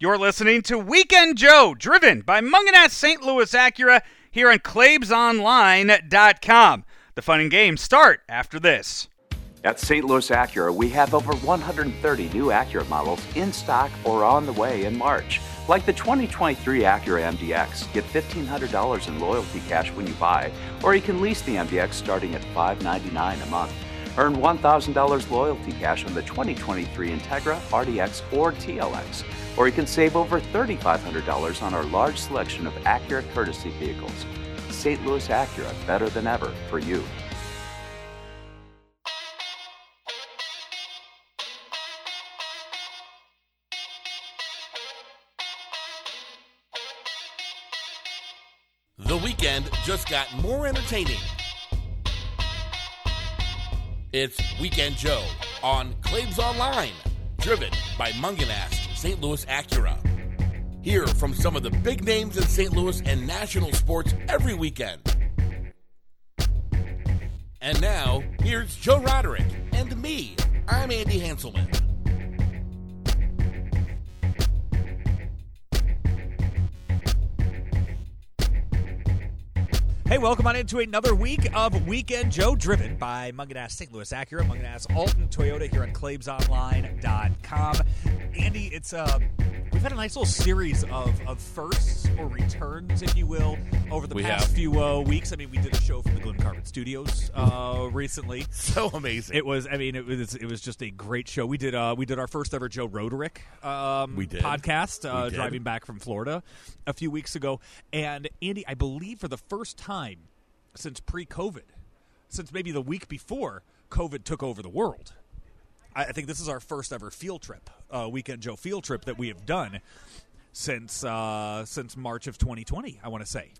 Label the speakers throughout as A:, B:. A: You're listening to Weekend Joe, driven by Munganat St. Louis Acura here on ClaibsOnline.com. The fun and games start after this.
B: At St. Louis Acura, we have over 130 new Acura models in stock or on the way in March. Like the 2023 Acura MDX, get $1,500 in loyalty cash when you buy, or you can lease the MDX starting at $599 a month. Earn $1,000 loyalty cash on the 2023 Integra, RDX, or TLX, or you can save over $3,500 on our large selection of Acura courtesy vehicles. St. Louis Acura, better than ever for you.
C: The weekend just got more entertaining. It's Weekend Joe on Claves Online, driven by Munganast St. Louis Acura. Hear from some of the big names in St. Louis and national sports every weekend. And now, here's Joe Roderick and me. I'm Andy Hanselman.
D: Hey, welcome on into another week of Weekend Joe, driven by Munganass St. Louis Acura, Munganass Alton Toyota here on ClaibsOnline.com. Andy, it's uh, we've had a nice little series of, of firsts or returns, if you will, over the
C: We
D: past
C: have.
D: few uh, weeks. I mean, we did a show from the Glen Carbon Studios uh, recently.
C: So amazing.
D: It was, I mean, it was it was just a great show. We did uh, we did our first ever Joe Roderick um,
C: We did.
D: podcast uh,
C: We did.
D: driving back from Florida a few weeks ago, and Andy, I believe for the first time since pre-COVID, since maybe the week before COVID took over the world. I, I think this is our first ever field trip, uh, weekend Joe field trip that we have done since uh, since March of 2020. I want to say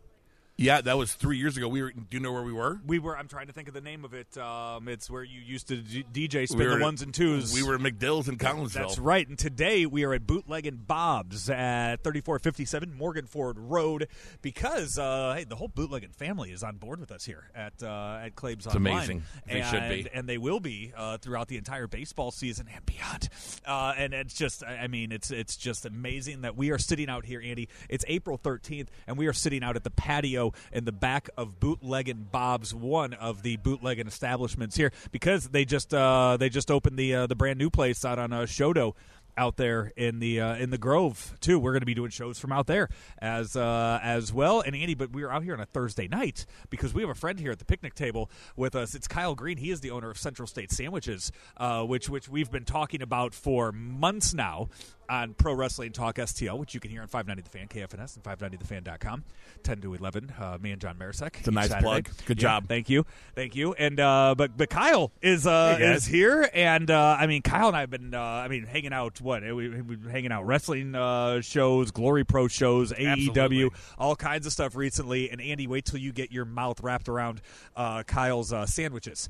C: yeah, that was three years ago. We were. Do you know where we were?
D: we were. I'm trying to think of the name of it. Um, it's where you used to d- DJ spin
C: we
D: the ones and twos.
C: We were at McDill's in Collinsville.
D: That's right. And today we are at Bootleg and Bob's at 3457 Morgan Ford Road because uh, hey, the whole bootlegging family is on board with us here at uh, at Claves Online.
C: amazing. They
D: and,
C: should be.
D: and they will be uh, throughout the entire baseball season and beyond. Uh, and it's just, I I mean, it's it's just amazing that we are sitting out here, Andy. It's April thirteenth, and we are sitting out at the patio in the back of Bootleg and Bob's, one of the bootlegging establishments here, because they just uh, they just opened the uh, the brand new place out on uh, Shodo out there in the uh, in the Grove too. We're going to be doing shows from out there as uh, as well. And Andy, but we were out here on a Thursday night because we have a friend here at the picnic table with us. It's Kyle Green. He is the owner of Central State Sandwiches, uh, which which we've been talking about for months now on Pro Wrestling Talk STL, which you can hear on 590 The Fan, KFNS, and 590thefan.com, 10 to 11, uh, me and John Marisek. It's
C: a nice plug. Good job.
D: Thank you. Thank you. And uh, but, but Kyle is uh,
C: Hey, guys.
D: is here, and uh, I mean, Kyle and I have been, uh, I mean, hanging out, what? We, we've been hanging out wrestling uh, shows, Glory Pro shows,
C: Absolutely.
D: AEW, all kinds of stuff recently. And Andy, wait till you get your mouth wrapped around uh, Kyle's uh, sandwiches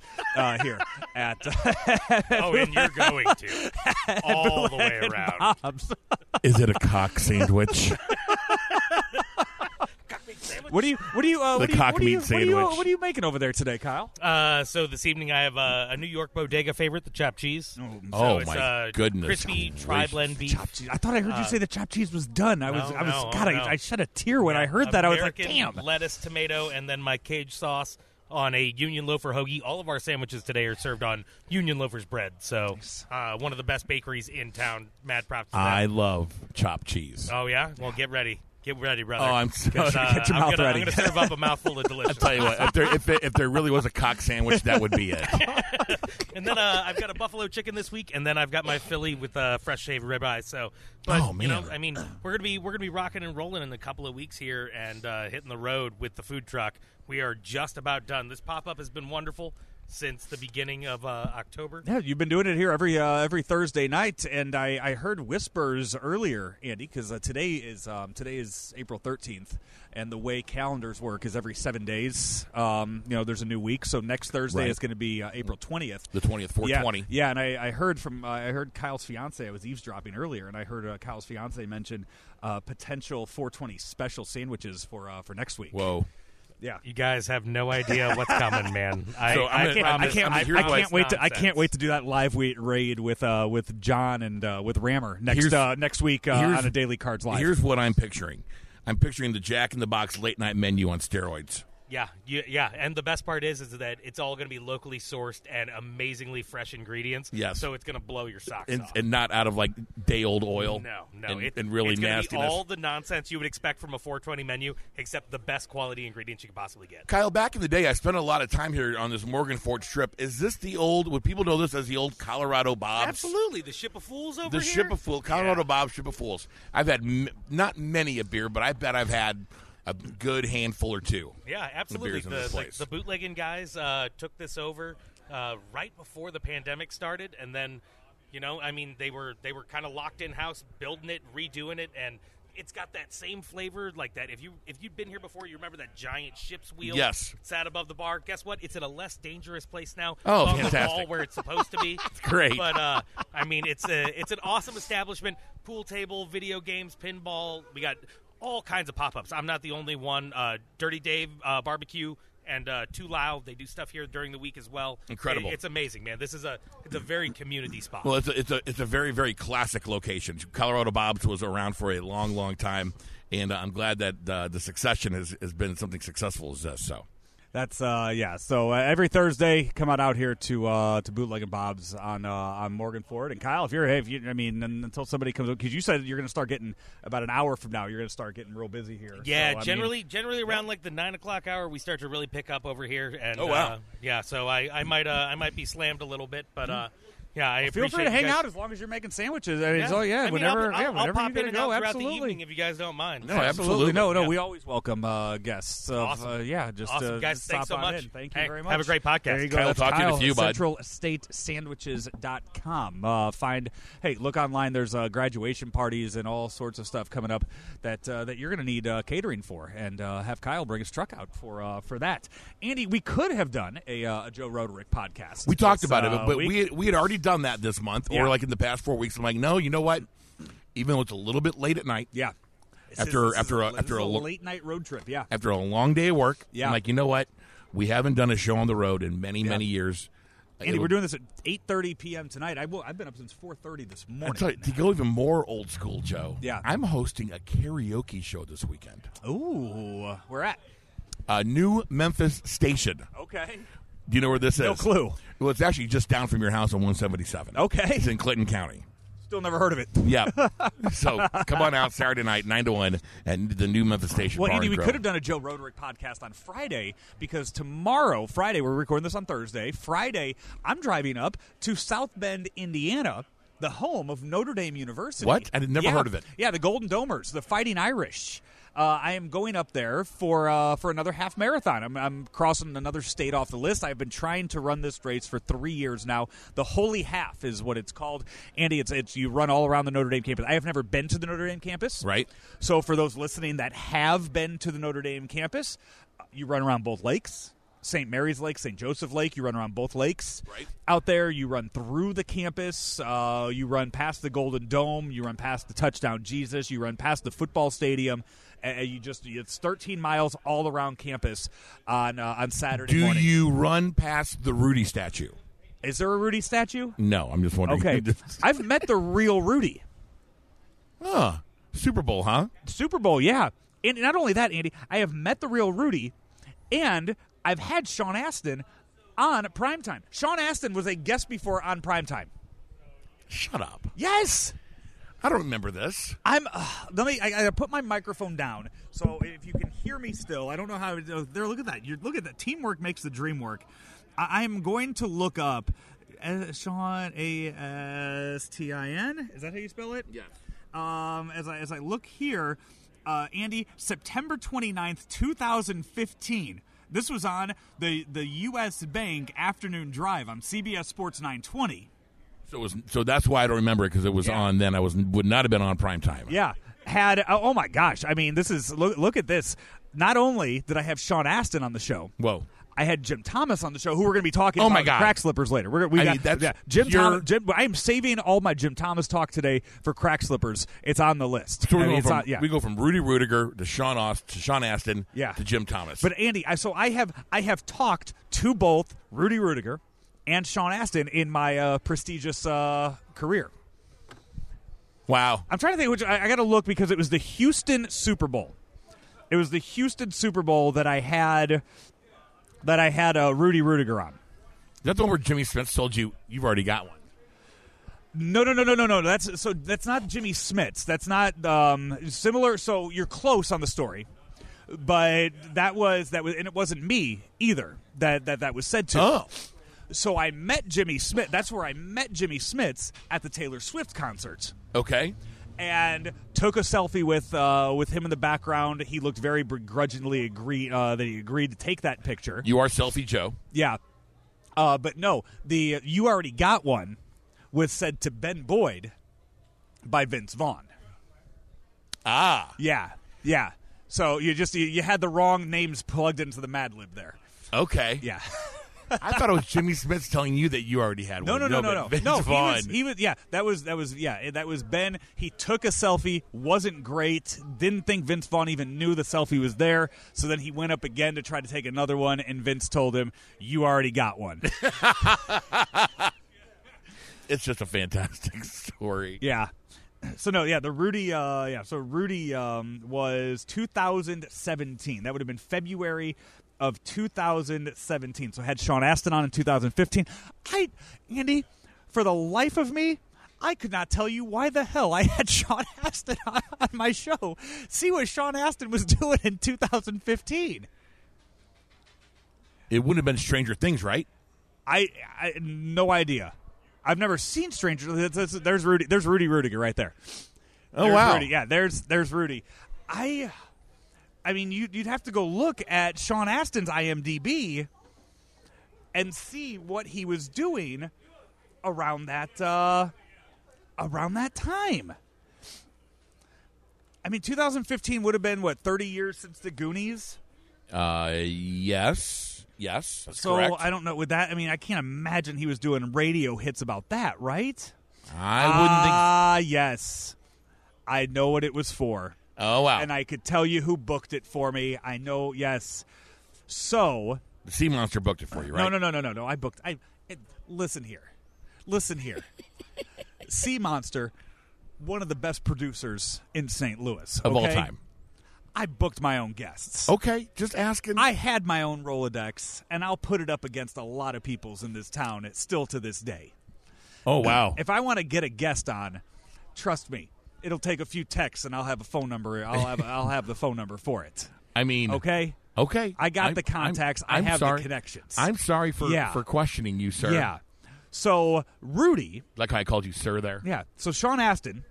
D: uh, here at uh,
E: Oh, and you're going to all the way around.
D: Bob's.
C: Is it a cock sandwich?
D: What do you? What do you? Uh,
C: The
D: what do you,
C: cock
D: what do you,
C: meat
D: What are you, uh,
C: sandwich.
D: what are you making over there today, Kyle?
E: Uh, so this evening I have uh, a New York bodega favorite, the chopped cheese. So
C: Oh,
E: it's,
C: my
E: uh,
C: goodness
E: Crispy
C: gracious.
E: tri blend beef. Uh,
D: Chopped cheese. I thought I heard you say the chopped cheese was done. I was.
E: no,
D: I was.
E: no,
D: God,
E: no.
D: I, I shed a tear when I heard that. I was like, damn.
E: American Lettuce, tomato, and then my cage sauce on a Union Loafer hoagie. All of our sandwiches today are served on Union Loafer's bread. So uh, one of the best bakeries in town. Mad props to them.
C: I love chopped cheese.
E: Oh, yeah? Well, get ready. Get ready, brother.
C: Oh, I'm so-
E: 'Cause, uh,
D: Get your
E: I'm
D: mouth
E: gonna,
D: ready.
E: I'm going to serve up a mouthful of delicious.
C: Tell you what, if there, if, there, if there really was a cock sandwich, that would be it.
E: And then uh, I've got a buffalo chicken this week, and then I've got my Philly with uh, fresh shaved ribeye. So, but
C: Oh,
E: you know,
C: man.
E: I mean, we're gonna be we're gonna be rocking and rolling in a couple of weeks here, and uh, hitting the road with the food truck. We are just about done. This pop up has been wonderful since the beginning of uh, October.
D: Yeah, you've been doing it here every uh, every Thursday night, and I, I heard whispers earlier, Andy, because uh, today is um, today is April thirteenth, and the way calendars work is every seven days. Um, you know, there's a new week, so next Thursday
C: Right.
D: is going to be uh, April twentieth.
C: The 20th, 420.
D: Yeah, yeah and I, I heard from uh, I heard Kyle's fiance. I was eavesdropping earlier, and I heard uh, Kyle's fiance mention uh, potential 420 special sandwiches for uh, for next week.
C: Whoa.
D: Yeah.
E: You guys have no idea what's coming, man. I,
C: So I'm
E: I
C: gonna-
E: can't,
D: I
C: I'm
E: I
C: gonna-
D: can't.
E: can't,
D: I,
C: here
D: I
C: to
D: can't wait to. I can't wait to
E: to.
D: do that live weight raid with uh, with John and uh, with Rammer next
C: Here's-
D: uh, next week uh,
C: here's-
D: on a Daily Cards live.
C: Here's what I'm picturing. I'm picturing the Jack in the Box late night menu on steroids.
E: Yeah, you, yeah, and the best part is is that it's all going to be locally sourced and amazingly fresh ingredients.
C: Yes.
E: so it's going to blow your socks
C: and,
E: off.
C: and not out of like day old oil.
E: no, no,
C: and,
E: it-
C: and really
E: it's gonna
C: nastiness.
E: Be all the nonsense you would expect from a 420 menu, except the best quality ingredients you could possibly get.
C: Kyle, back in the day, I spent a lot of time here on this Morgan Fort trip. Is this the old? Would people know this as the old Colorado Bob's?
E: Absolutely, the ship of fools over
C: The
E: here.
C: ship of fools, Colorado Bob's ship of fools. I've had m- not many a beer, but I bet I've had a good handful or two.
E: Yeah, absolutely.
C: beers in
E: The,
C: this
E: the-
C: place.
E: the bootlegging guys uh, took this over uh, right before the pandemic started, and then, you know, I mean, they were they were kind of locked in house, building it, redoing it, and it's got that same flavor, like that. If you if you'd been here before, you remember that giant ship's wheel,
C: Yes.
E: sat above the bar. Guess what? It's in a less dangerous place now.
C: Oh,
E: above The wall
C: fantastic.
E: where it's supposed to be.
C: great.
E: But uh, I mean, it's a it's an awesome establishment. Pool table, video games, pinball. We got all kinds of pop ups. I'm not the only one. Uh, Dirty Dave uh, Barbecue and uh, Too Loud. They do stuff here during the week as well.
C: Incredible.
E: It- it's amazing, man. This is a it's a very community spot.
C: Well, it's a, it's a it's a very very classic location. Colorado Bob's was around for a long long time, and uh, I'm glad that uh, the succession has, has been something successful as this. So.
D: That's uh yeah. So uh, every Thursday, come on out here to uh to bootleg and Bob's on uh, on Morgan Ford and Kyle. If you're hey, if you I mean and until somebody comes because you said you're going to start getting about an hour from now. You're going to start getting real busy here. So,
E: yeah,
D: I mean,
E: generally, generally around like the nine o'clock hour, we start to really pick up over here. And
C: Oh, wow.
E: uh, yeah. So I, I might, uh, I might be slammed a little bit, but uh, yeah,
D: Hmm. feel
E: I
D: free
E: appreciate
D: to
E: you
D: hang
E: guys-
D: out as long as you're making sandwiches. I mean,
E: Yeah.
D: so yeah,
E: I mean,
D: whenever
E: I'll,
D: yeah,
E: I'll,
D: whenever
E: I'll
D: you're
E: pop
D: gonna
E: in and
D: go,
E: out throughout
D: absolutely.
E: the evening if you guys don't mind.
C: No, absolutely.
D: No, no,
E: Yeah.
D: we always welcome uh, guests. Of,
E: Awesome.
D: uh, yeah, just
E: Awesome.
D: uh,
E: Guys,
D: just
E: thanks
D: stop
E: so
D: on
E: much.
D: in. Thank you
E: Hey,
D: very
E: have
D: much.
E: a great podcast.
D: There you go.
C: Kyle,
D: That's
C: talk to you in a
D: Kyle,
C: few, bud.
D: CentralEstateSandwiches.com. Uh, find hey, look online. There's uh, graduation parties and all sorts of stuff coming up that uh, that you're going to need uh, catering for, and uh, have Kyle bring his truck out for uh, for that. Andy, we could have done a, uh, a Joe Roderick podcast.
C: We talked
D: this,
C: about it,
D: uh,
C: but, but
D: week.
C: we had, we had already done that this month,
D: Yeah.
C: or like in the past four weeks. I'm like, no, you know what? Even though it's a little bit late at night,
D: yeah
C: After-
D: This is- this
C: after
D: is
C: a- after
D: this is
C: a lo-
D: late night road trip. Yeah,
C: after a long day of work,
D: Yeah.
C: I'm like, you know what? We haven't done a show on the road in many many years.
D: Andy, we're doing this at 8:30 p.m. tonight. I will, I've been up since 4:30 this morning.
C: I'll tell you, to go even more old school, Joe.
D: Yeah.
C: I'm hosting a karaoke show this weekend.
D: Ooh, we're at
C: Uh, New Memphis Station.
D: okay.
C: Do you know where this
D: No
C: is?
D: clue.
C: Well, it's actually just down from your house on 177.
D: Okay.
C: it's in Clinton County.
D: Still never heard of it.
C: Yeah. so come on out Saturday night, nine to one, at the New Memphis Station.
D: Well,
C: Bar
D: Andy,
C: and
D: we
C: Grill.
D: could have done a Joe Roderick podcast on Friday because tomorrow, Friday, we're recording this on Thursday. Friday, I'm driving up to South Bend, Indiana, the home of Notre Dame University.
C: What? I had never
D: Yeah.
C: heard of it.
D: Yeah, the Golden Domers, the Fighting Irish. Uh, I am going up there for uh, for another half marathon. I'm, I'm crossing another state off the list. I've been trying to run this race for three years now. The Holy Half is what it's called, Andy. It's it's you run all around the Notre Dame campus. I have never been to the Notre Dame campus,
C: Right.
D: so for those listening that have been to the Notre Dame campus, uh, you run around both lakes. St. Mary's Lake, St. Joseph Lake, you run around both lakes. Right. Out there, you run through the campus, uh, you run past the Golden Dome, you run past the Touchdown Jesus, you run past the football stadium, and and you just, it's 13 miles all around campus on uh, on Saturday
C: Do
D: morning.
C: you run past the Rudy statue?
D: Is there a Rudy statue?
C: No, I'm just wondering.
D: Okay. I've met the real Rudy.
C: Huh. Super Bowl, huh?
D: Super Bowl, yeah. And not only that, Andy, I have met the real Rudy, and I've had Sean Astin on primetime. Sean Astin was a guest before on primetime.
C: Shut up.
D: Yes,
C: I don't remember this.
D: I'm. Uh, let me. I, I put my microphone down, so if you can hear me still, I don't know how. oh, there, look at that. You're look at that. Teamwork makes the dream work. I am going to look up uh, Sean A S T I N. Is that how you spell it? Yeah. Um, as I as I look here, uh, Andy, September 29th, 2015. This was on the the U.S. Bank afternoon drive on CBS Sports 920.
C: So it was, so that's why I don't remember it because it was
D: Yeah.
C: on then. I was would not have been on prime time.
D: Yeah, had oh, oh my gosh! I mean, this is look, look at this. Not only did I have Sean Astin on the show,
C: Whoa.
D: I had Jim Thomas on the show, who we're going to be talking
C: Oh
D: about
C: my
D: on
C: God.
D: crack slippers later. We're, we
C: I
D: got
C: mean, that's
D: yeah, Jim,
C: pure-
D: Thomas, Jim. I am saving all my Jim Thomas talk today for crack slippers. It's on the list.
C: So we,
D: I mean,
C: go
D: it's
C: from,
D: on- yeah.
C: we go from Rudy Rudiger to Sean Aust to Sean Aston
D: Yeah.
C: to Jim Thomas.
D: But Andy, I so I have I have talked to both Rudy Rudiger and Sean Astin in my uh, prestigious uh, career.
C: wow,
D: I'm trying to think which I, I got to look because it was the Houston Super Bowl. It was the Houston Super Bowl that I had that I had uh, Rudy Rudiger on.
C: that's the one where Jimmy Smith told you you've already got one.
D: No, no, no, no, no, no. That's so. That's not Jimmy Smits. That's not um, similar. So you're close on the story, but that was that was, and it wasn't me either. That that that was said to. So I met Jimmy Smith. That's where I met Jimmy Smits at the Taylor Swift concert,
C: okay.
D: and took a selfie with uh, with him in the background. He looked very begrudgingly agree uh, that he agreed to take that picture.
C: You are selfie Joe.
D: Yeah. Uh, but no, the you already got one was said to Ben Boyd by Vince Vaughn.
C: Ah,
D: Yeah, yeah. So you just you, you had the wrong names plugged into the Mad Lib there.
C: okay.
D: Yeah.
C: I thought it was Jimmy Smith telling you that you already had
D: No,
C: one.
D: no, no, no, no.
C: but Vince
D: no, he
C: Vaughn.
D: was, he was. Yeah, that was that was yeah that was Ben. He took a selfie. Wasn't great. Didn't think Vince Vaughn even knew the selfie was there. So then he went up again to try to take another one, and Vince told him, "You already got one."
C: it's just a fantastic story.
D: Yeah. So no, yeah, the Rudy, uh, yeah, so Rudy um, was 2017. That would have been February of 2017. So I had Sean Aston on in 2015. I, Andy, for the life of me, I could not tell you why the hell I had Sean Aston on, on my show. See what Sean Aston was doing in 2015.
C: It wouldn't have been Stranger Things, right?
D: I, I no idea. I've never seen Stranger. that's- that's- There's Rudy. There's Rudy Rudiger right there. Oh
C: wow.
D: Rudy. Yeah, there's there's Rudy. I, I mean, you, you'd have to go look at Sean Astin's IMDb and see what he was doing around that uh, around that time. I mean, 2015 would have been what 30 years since the Goonies.
C: Uh, yes, yes. That's
D: So
C: correct.
D: I don't know with that. I mean, I can't imagine he was doing radio hits about that, right?
C: I wouldn't think.
D: Ah, yes. I know what it was for,
C: Oh wow!
D: and I could tell you who booked it for me. I know. Yes. So
C: the sea monster booked it for you, right?
D: no, no, no, no, no, no. I booked. I it, listen here, listen here. sea Monster, one of the best producers in St. Louis
C: Of all
D: okay?
C: time. Oh.
D: I booked my own guests.
C: Okay, just asking.
D: I had my own Rolodex, and I'll put it up against a lot of people's in this town. It's still to this day.
C: oh wow!
D: If I want to get a guest on, trust me, it'll take a few texts, and I'll have a phone number. I'll have I'll have the phone number for it.
C: I mean,
D: Okay.
C: okay.
D: I got
C: I'm-
D: the contacts. I
C: I'm
D: have the
C: sorry.
D: connections.
C: I'm sorry for
D: Yeah.
C: for questioning you, sir.
D: Yeah. So Rudy,
C: like how I called you sir there.
D: yeah. So Sean Astin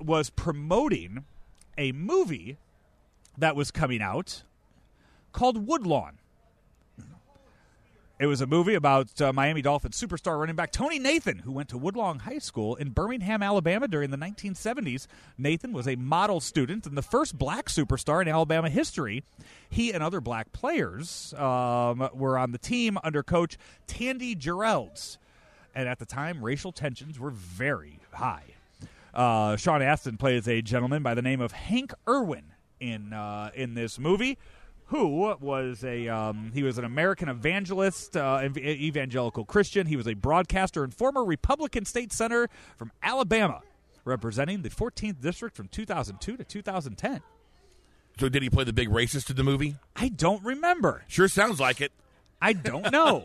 D: was promoting a movie that was coming out called Woodlawn. It was a movie about uh, Miami Dolphins superstar running back Tony Nathan, who went to Woodlawn High School in Birmingham, Alabama during the 1970s. Nathan was a model student and the first black superstar in Alabama history. He and other black players um, were on the team under coach Tandy Gerelds. And at the time, racial tensions were very high. Uh, Sean Astin plays a gentleman by the name of Hank Irwin in uh, in this movie, who was a um, he was an American evangelist, uh, ev- evangelical Christian. He was a broadcaster and former Republican state senator from Alabama, representing the 14th district from 2002 to 2010.
C: So did he play the big racist in the movie?
D: I don't remember.
C: Sure, sounds like it.
D: I don't know.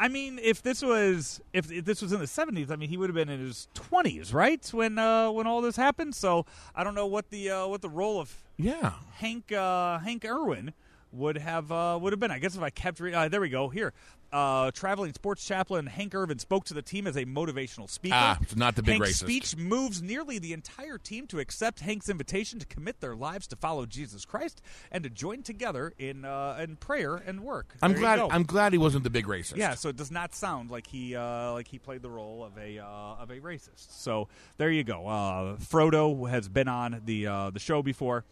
D: I mean, if this was if, if this was in the seventies, I mean, he would have been in his twenties, right? When uh, when all this happened. So I don't know what the uh, what the role of
C: Yeah.
D: Hank uh, Hank Irwin would have uh, would have been. I guess if I kept re- uh, there, we go here. Uh, traveling sports chaplain Hank Irvin spoke to the team as a motivational speaker.
C: Ah, so not the big
D: Hank's
C: racist.
D: speech moves nearly the entire team to accept Hank's invitation to commit their lives to follow Jesus Christ and to join together in uh, in prayer and work.
C: I'm
D: There you
C: glad.
D: go.
C: I'm glad he wasn't the big racist.
D: Yeah, so it does not sound like he uh, like he played the role of a uh, of a racist. So there you go. Uh, Frodo has been on the uh, the show before,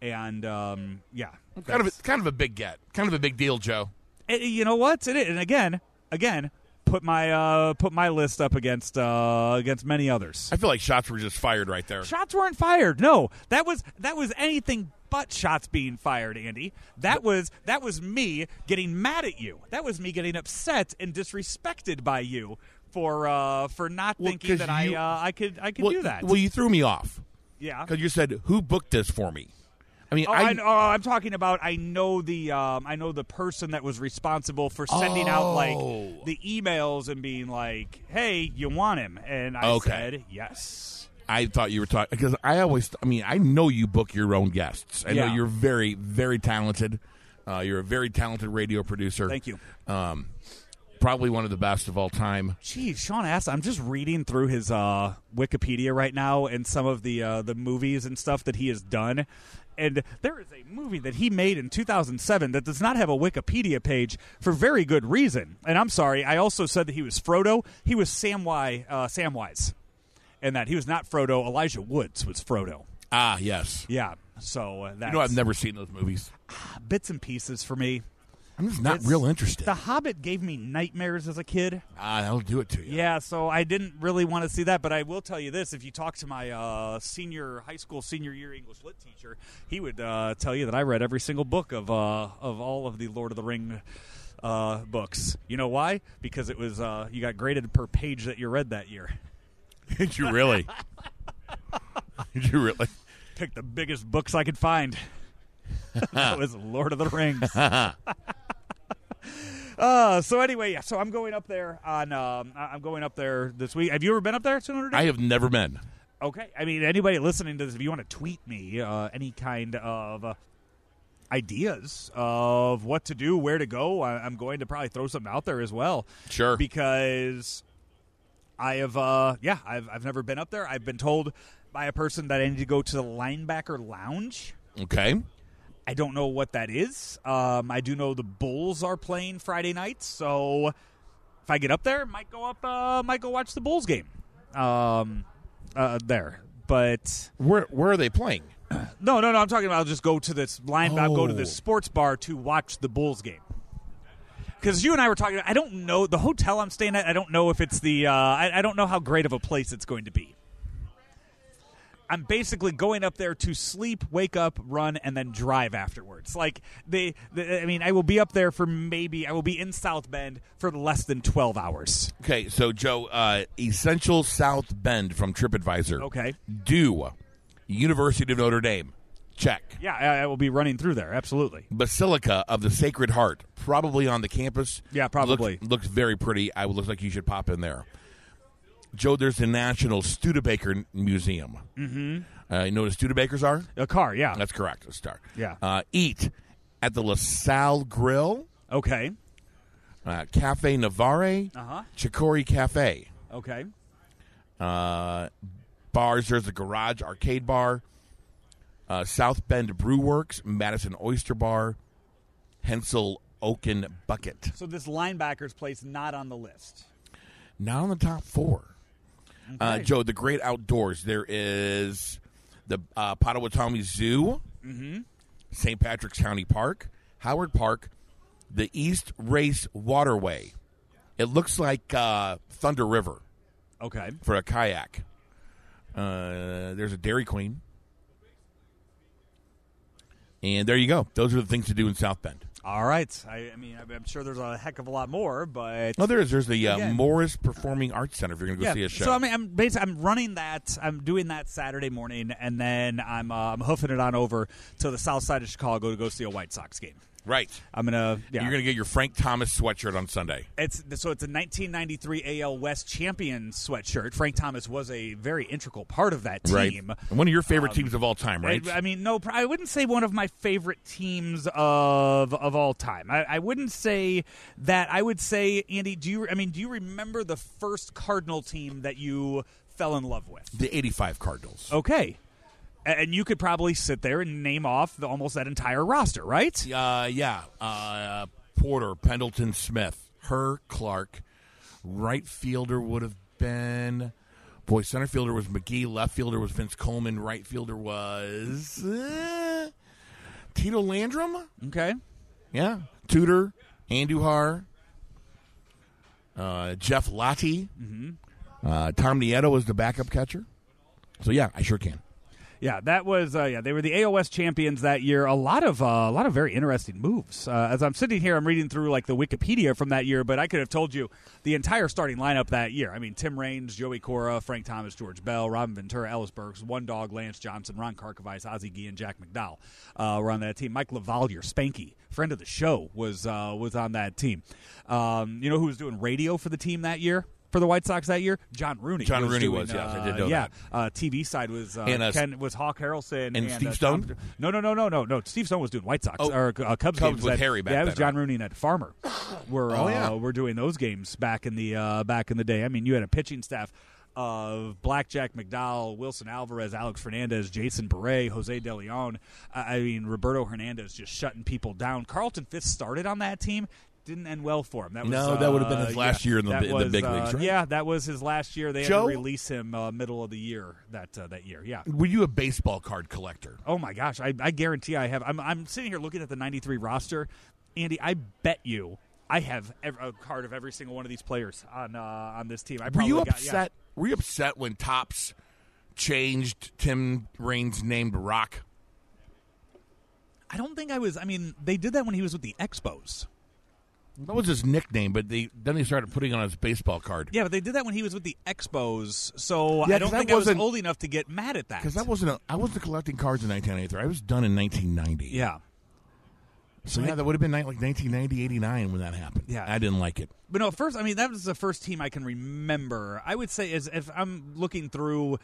D: And um, yeah,
C: Kind of,
D: that's-
C: a, kind of a big get, kind of a big deal, Joe.
D: and you know what? It is. And again, again, put my uh, put my list up against uh, against many others.
C: I feel like shots were just fired right there.
D: Shots weren't fired. No, that was that was anything but shots being fired, Andy. That was that was me getting mad at you. That was me getting upset and disrespected by you for uh, for not
C: Well,
D: thinking
C: 'cause
D: that
C: you-
D: I uh, I could I could
C: well,
D: do that.
C: Well, you threw me off
D: yeah.
C: because you said, "Who booked this for me?" I mean,
D: Oh,
C: I,
D: I, oh, I'm talking about. I know the um, I know the person that was responsible for sending out
C: Oh.
D: like the emails and being like, "Hey, you want him?" And I
C: Okay.
D: said, "Yes."
C: I thought you were talking because I always, I mean, I know you book your own guests. I know
D: Yeah.
C: you're very, very talented. Uh, you're a very talented radio producer.
D: Thank you.
C: Um, probably one of the best of all time.
D: Geez, Sean asked. I'm just reading through his uh, Wikipedia right now and some of the uh, the movies and stuff that he has done. And there is a movie that he made in 2007 that does not have a Wikipedia page for very good reason. And I'm sorry, I also said that he was Frodo. He was Samwise. Uh, Samwise, and that he was not Frodo. Elijah Woods was Frodo.
C: Ah, yes.
D: Yeah. So uh, that's
C: You know, I've never seen those movies.
D: bits and pieces for me.
C: I'm just not
D: It's-
C: real interested.
D: The Hobbit gave me nightmares as a kid.
C: Ah, that'll do it to you.
D: Yeah, so I didn't really want to see that, but I will tell you this: if you talk to my uh, senior high school senior year English lit teacher, he would uh, tell you that I read every single book of uh, of all of the Lord of the Ring uh, books. You know why? Because it was uh, you got graded per page that you read that year.
C: Did you really? Did you really?
D: Picked the biggest books I could find. that was Lord of the Rings. Uh, so anyway, yeah. So I'm going up there on. Um, I- I'm going up there this week. Have you ever been up there? 200
C: I have never been.
D: Okay. I mean, anybody listening to this, if you want to tweet me uh, any kind of uh, ideas of what to do, where to go, I- I'm going to probably throw something out there as well.
C: Sure.
D: Because I have, uh, yeah, I've, I've never been up there. I've been told by a person that I need to go to the linebacker lounge.
C: Okay.
D: I don't know what that is. Um, I do know the Bulls are playing Friday night, so if I get up there, might go up, uh, might go watch the Bulls game um, uh, there. But
C: Where Where are they playing?
D: no, no, no. I'm talking about I'll just go to this line. I'll go to this
C: Oh.
D: sports bar to watch the Bulls game. Because you and I were talking, I don't know the hotel I'm staying at. I don't know if it's the. Uh, I, I don't know how great of a place it's going to be. I'm basically going up there to sleep, wake up, run, and then drive afterwards. Like they, they I mean, I will be up there for maybe I will be in South Bend for less than 12 hours.
C: Okay, so Joe, uh, Essential South Bend from TripAdvisor.
D: Okay.
C: Do University of Notre Dame. Check.
D: Yeah, I, I will be running through there. Absolutely.
C: Basilica of the Sacred Heart, probably on the campus.
D: Yeah, probably.
C: Looks, looks very pretty. I would look like you should pop in there. Joe, there's the National Studebaker Museum. Mm-hmm. Uh, you know what Studebakers are?
D: A car. Yeah.
C: That's correct. A star.
D: Yeah.
C: Uh, eat at the LaSalle Grill,
D: Okay.
C: uh, Cafe Navarre,
D: Uh-huh.
C: Chicori Cafe.
D: Okay.
C: uh, bars. There's the Garage Arcade Bar, uh, South Bend Brew Works, Madison Oyster Bar, Hensel Oaken Bucket.
D: So this linebacker's place not on the list.
C: Not on the top four. Uh, Joe, the great outdoors. There is the uh, Potawatomi Zoo, St. Patrick's County Park, Howard Park, the East Race Waterway. It looks like uh, Thunder River.
D: Okay.
C: for a kayak. Uh, there's a Dairy Queen. And there you go. Those are the things to do in South Bend.
D: All right. I, I mean, I'm- I'm sure there's a heck of a lot more, but
C: No, there is. There's the uh,
D: Again.
C: Morris Performing Arts Center if you're going to go
D: yeah.
C: see a show.
D: So I mean, I'm basically I'm running that. I'm doing that Saturday morning, and then I'm uh, I'm hoofing it on over to the south side of Chicago to go see a White Sox game.
C: right.
D: I'm gonna. Yeah.
C: You're going to get your Frank Thomas sweatshirt on Sunday.
D: It's so it's a 1993 AL West champion sweatshirt. Frank Thomas was a very integral part of that team. Um,
C: And one of your favorite teams of all time, right?
D: I, I mean, no, pr- I wouldn't say one of my favorite teams of of all time. I, I wouldn't say that. I would say, Andy, do you? I mean, do you remember the first Cardinal team that you fell in love with?
C: the 85 Cardinals.
D: Okay, A- and you could probably sit there and name off the, almost that entire roster, right?
C: Uh, yeah. Uh, Porter, Pendleton Smith, Her, Clark. Right fielder would have been. Boy, center fielder was McGee. Left fielder was Vince Coleman. Right fielder was. uh, Tito Landrum.
D: Okay.
C: Yeah. Tudor, Andujar, uh, Jeff Lottie. Uh, Tom Nieto was the backup catcher. So, yeah, I sure can.
D: Yeah, that was uh, yeah. They were the AOS champions that year. A lot of uh, a lot of very interesting moves. Uh, as I'm sitting here, I'm reading through like the Wikipedia from that year, but I could have told you the entire starting lineup that year. I mean, Tim Raines, Joey Cora, Frank Thomas, George Bell, Robin Ventura, Ellis Burks, One Dog, Lance Johnson, Ron Karkovice, Ozzie Guillen, Jack McDowell uh, were on that team. Mike Lavalier, Spanky, friend of the show, was uh, was on that team. Um, you know who was doing radio for the team that year? For the White Sox that year, John Rooney.
C: John Rooney
D: doing,
C: was, yes, I
D: uh,
C: did know
D: yeah,
C: that.
D: uh, TV side was uh,
C: And, uh,
D: Ken was Hawk Harrelson
C: and Steve
D: uh,
C: Stone?
D: Tom- no, no, no, no, no, no. Steve Stone was doing White Sox
C: Oh,
D: or uh,
C: Cubs
D: Cubs, games
C: with
D: that-
C: Harry back
D: Yeah, it was
C: then,
D: John
C: right?
D: Rooney and Ed Farmer. Were
C: Oh,
D: uh,
C: yeah.
D: were doing those games back in the uh, back in the day. I mean, you had a pitching staff of Blackjack McDowell, Wilson Alvarez, Alex Fernandez, Jason Beret, Jose De Leon. I I mean, Roberto Hernandez just shutting people down. Carlton Fitz started on that team. Didn't end well for him. That was,
C: No, that would have been
D: uh,
C: his last year in the
D: that
C: bi- in the
D: was,
C: big
D: uh,
C: leagues, right?
D: Yeah, that was his last year. They had
C: Joe?
D: to release him uh, middle of the year that uh, that year. Yeah.
C: Were you a baseball card collector?
D: Oh my gosh, I, I guarantee I have. I'm, I'm sitting here looking at the 93 roster. Andy, I bet you I have ev a card of every single one of these players on uh, on this team. I
C: Were
D: probably
C: you
D: got, yeah.
C: upset? Were you upset when Tops changed Tim Raines' name to Rock?
D: I don't think I was. I mean, they did that when he was with the Expos.
C: That was his nickname, but they then they started putting it on his baseball card.
D: Yeah, but they did that when he was with the Expos. So
C: Yeah,
D: I don't
C: 'cause that
D: think I was
C: wasn't-
D: old enough to get mad at that.
C: Because that wasn't a, I wasn't collecting cards in 1983. I was done in 1990.
D: yeah.
C: So yeah, that would have been like 1990, 89 when that happened.
D: Yeah.
C: I didn't like it.
D: But no, first, I mean, that was the first team I can remember. I would say is if I'm looking through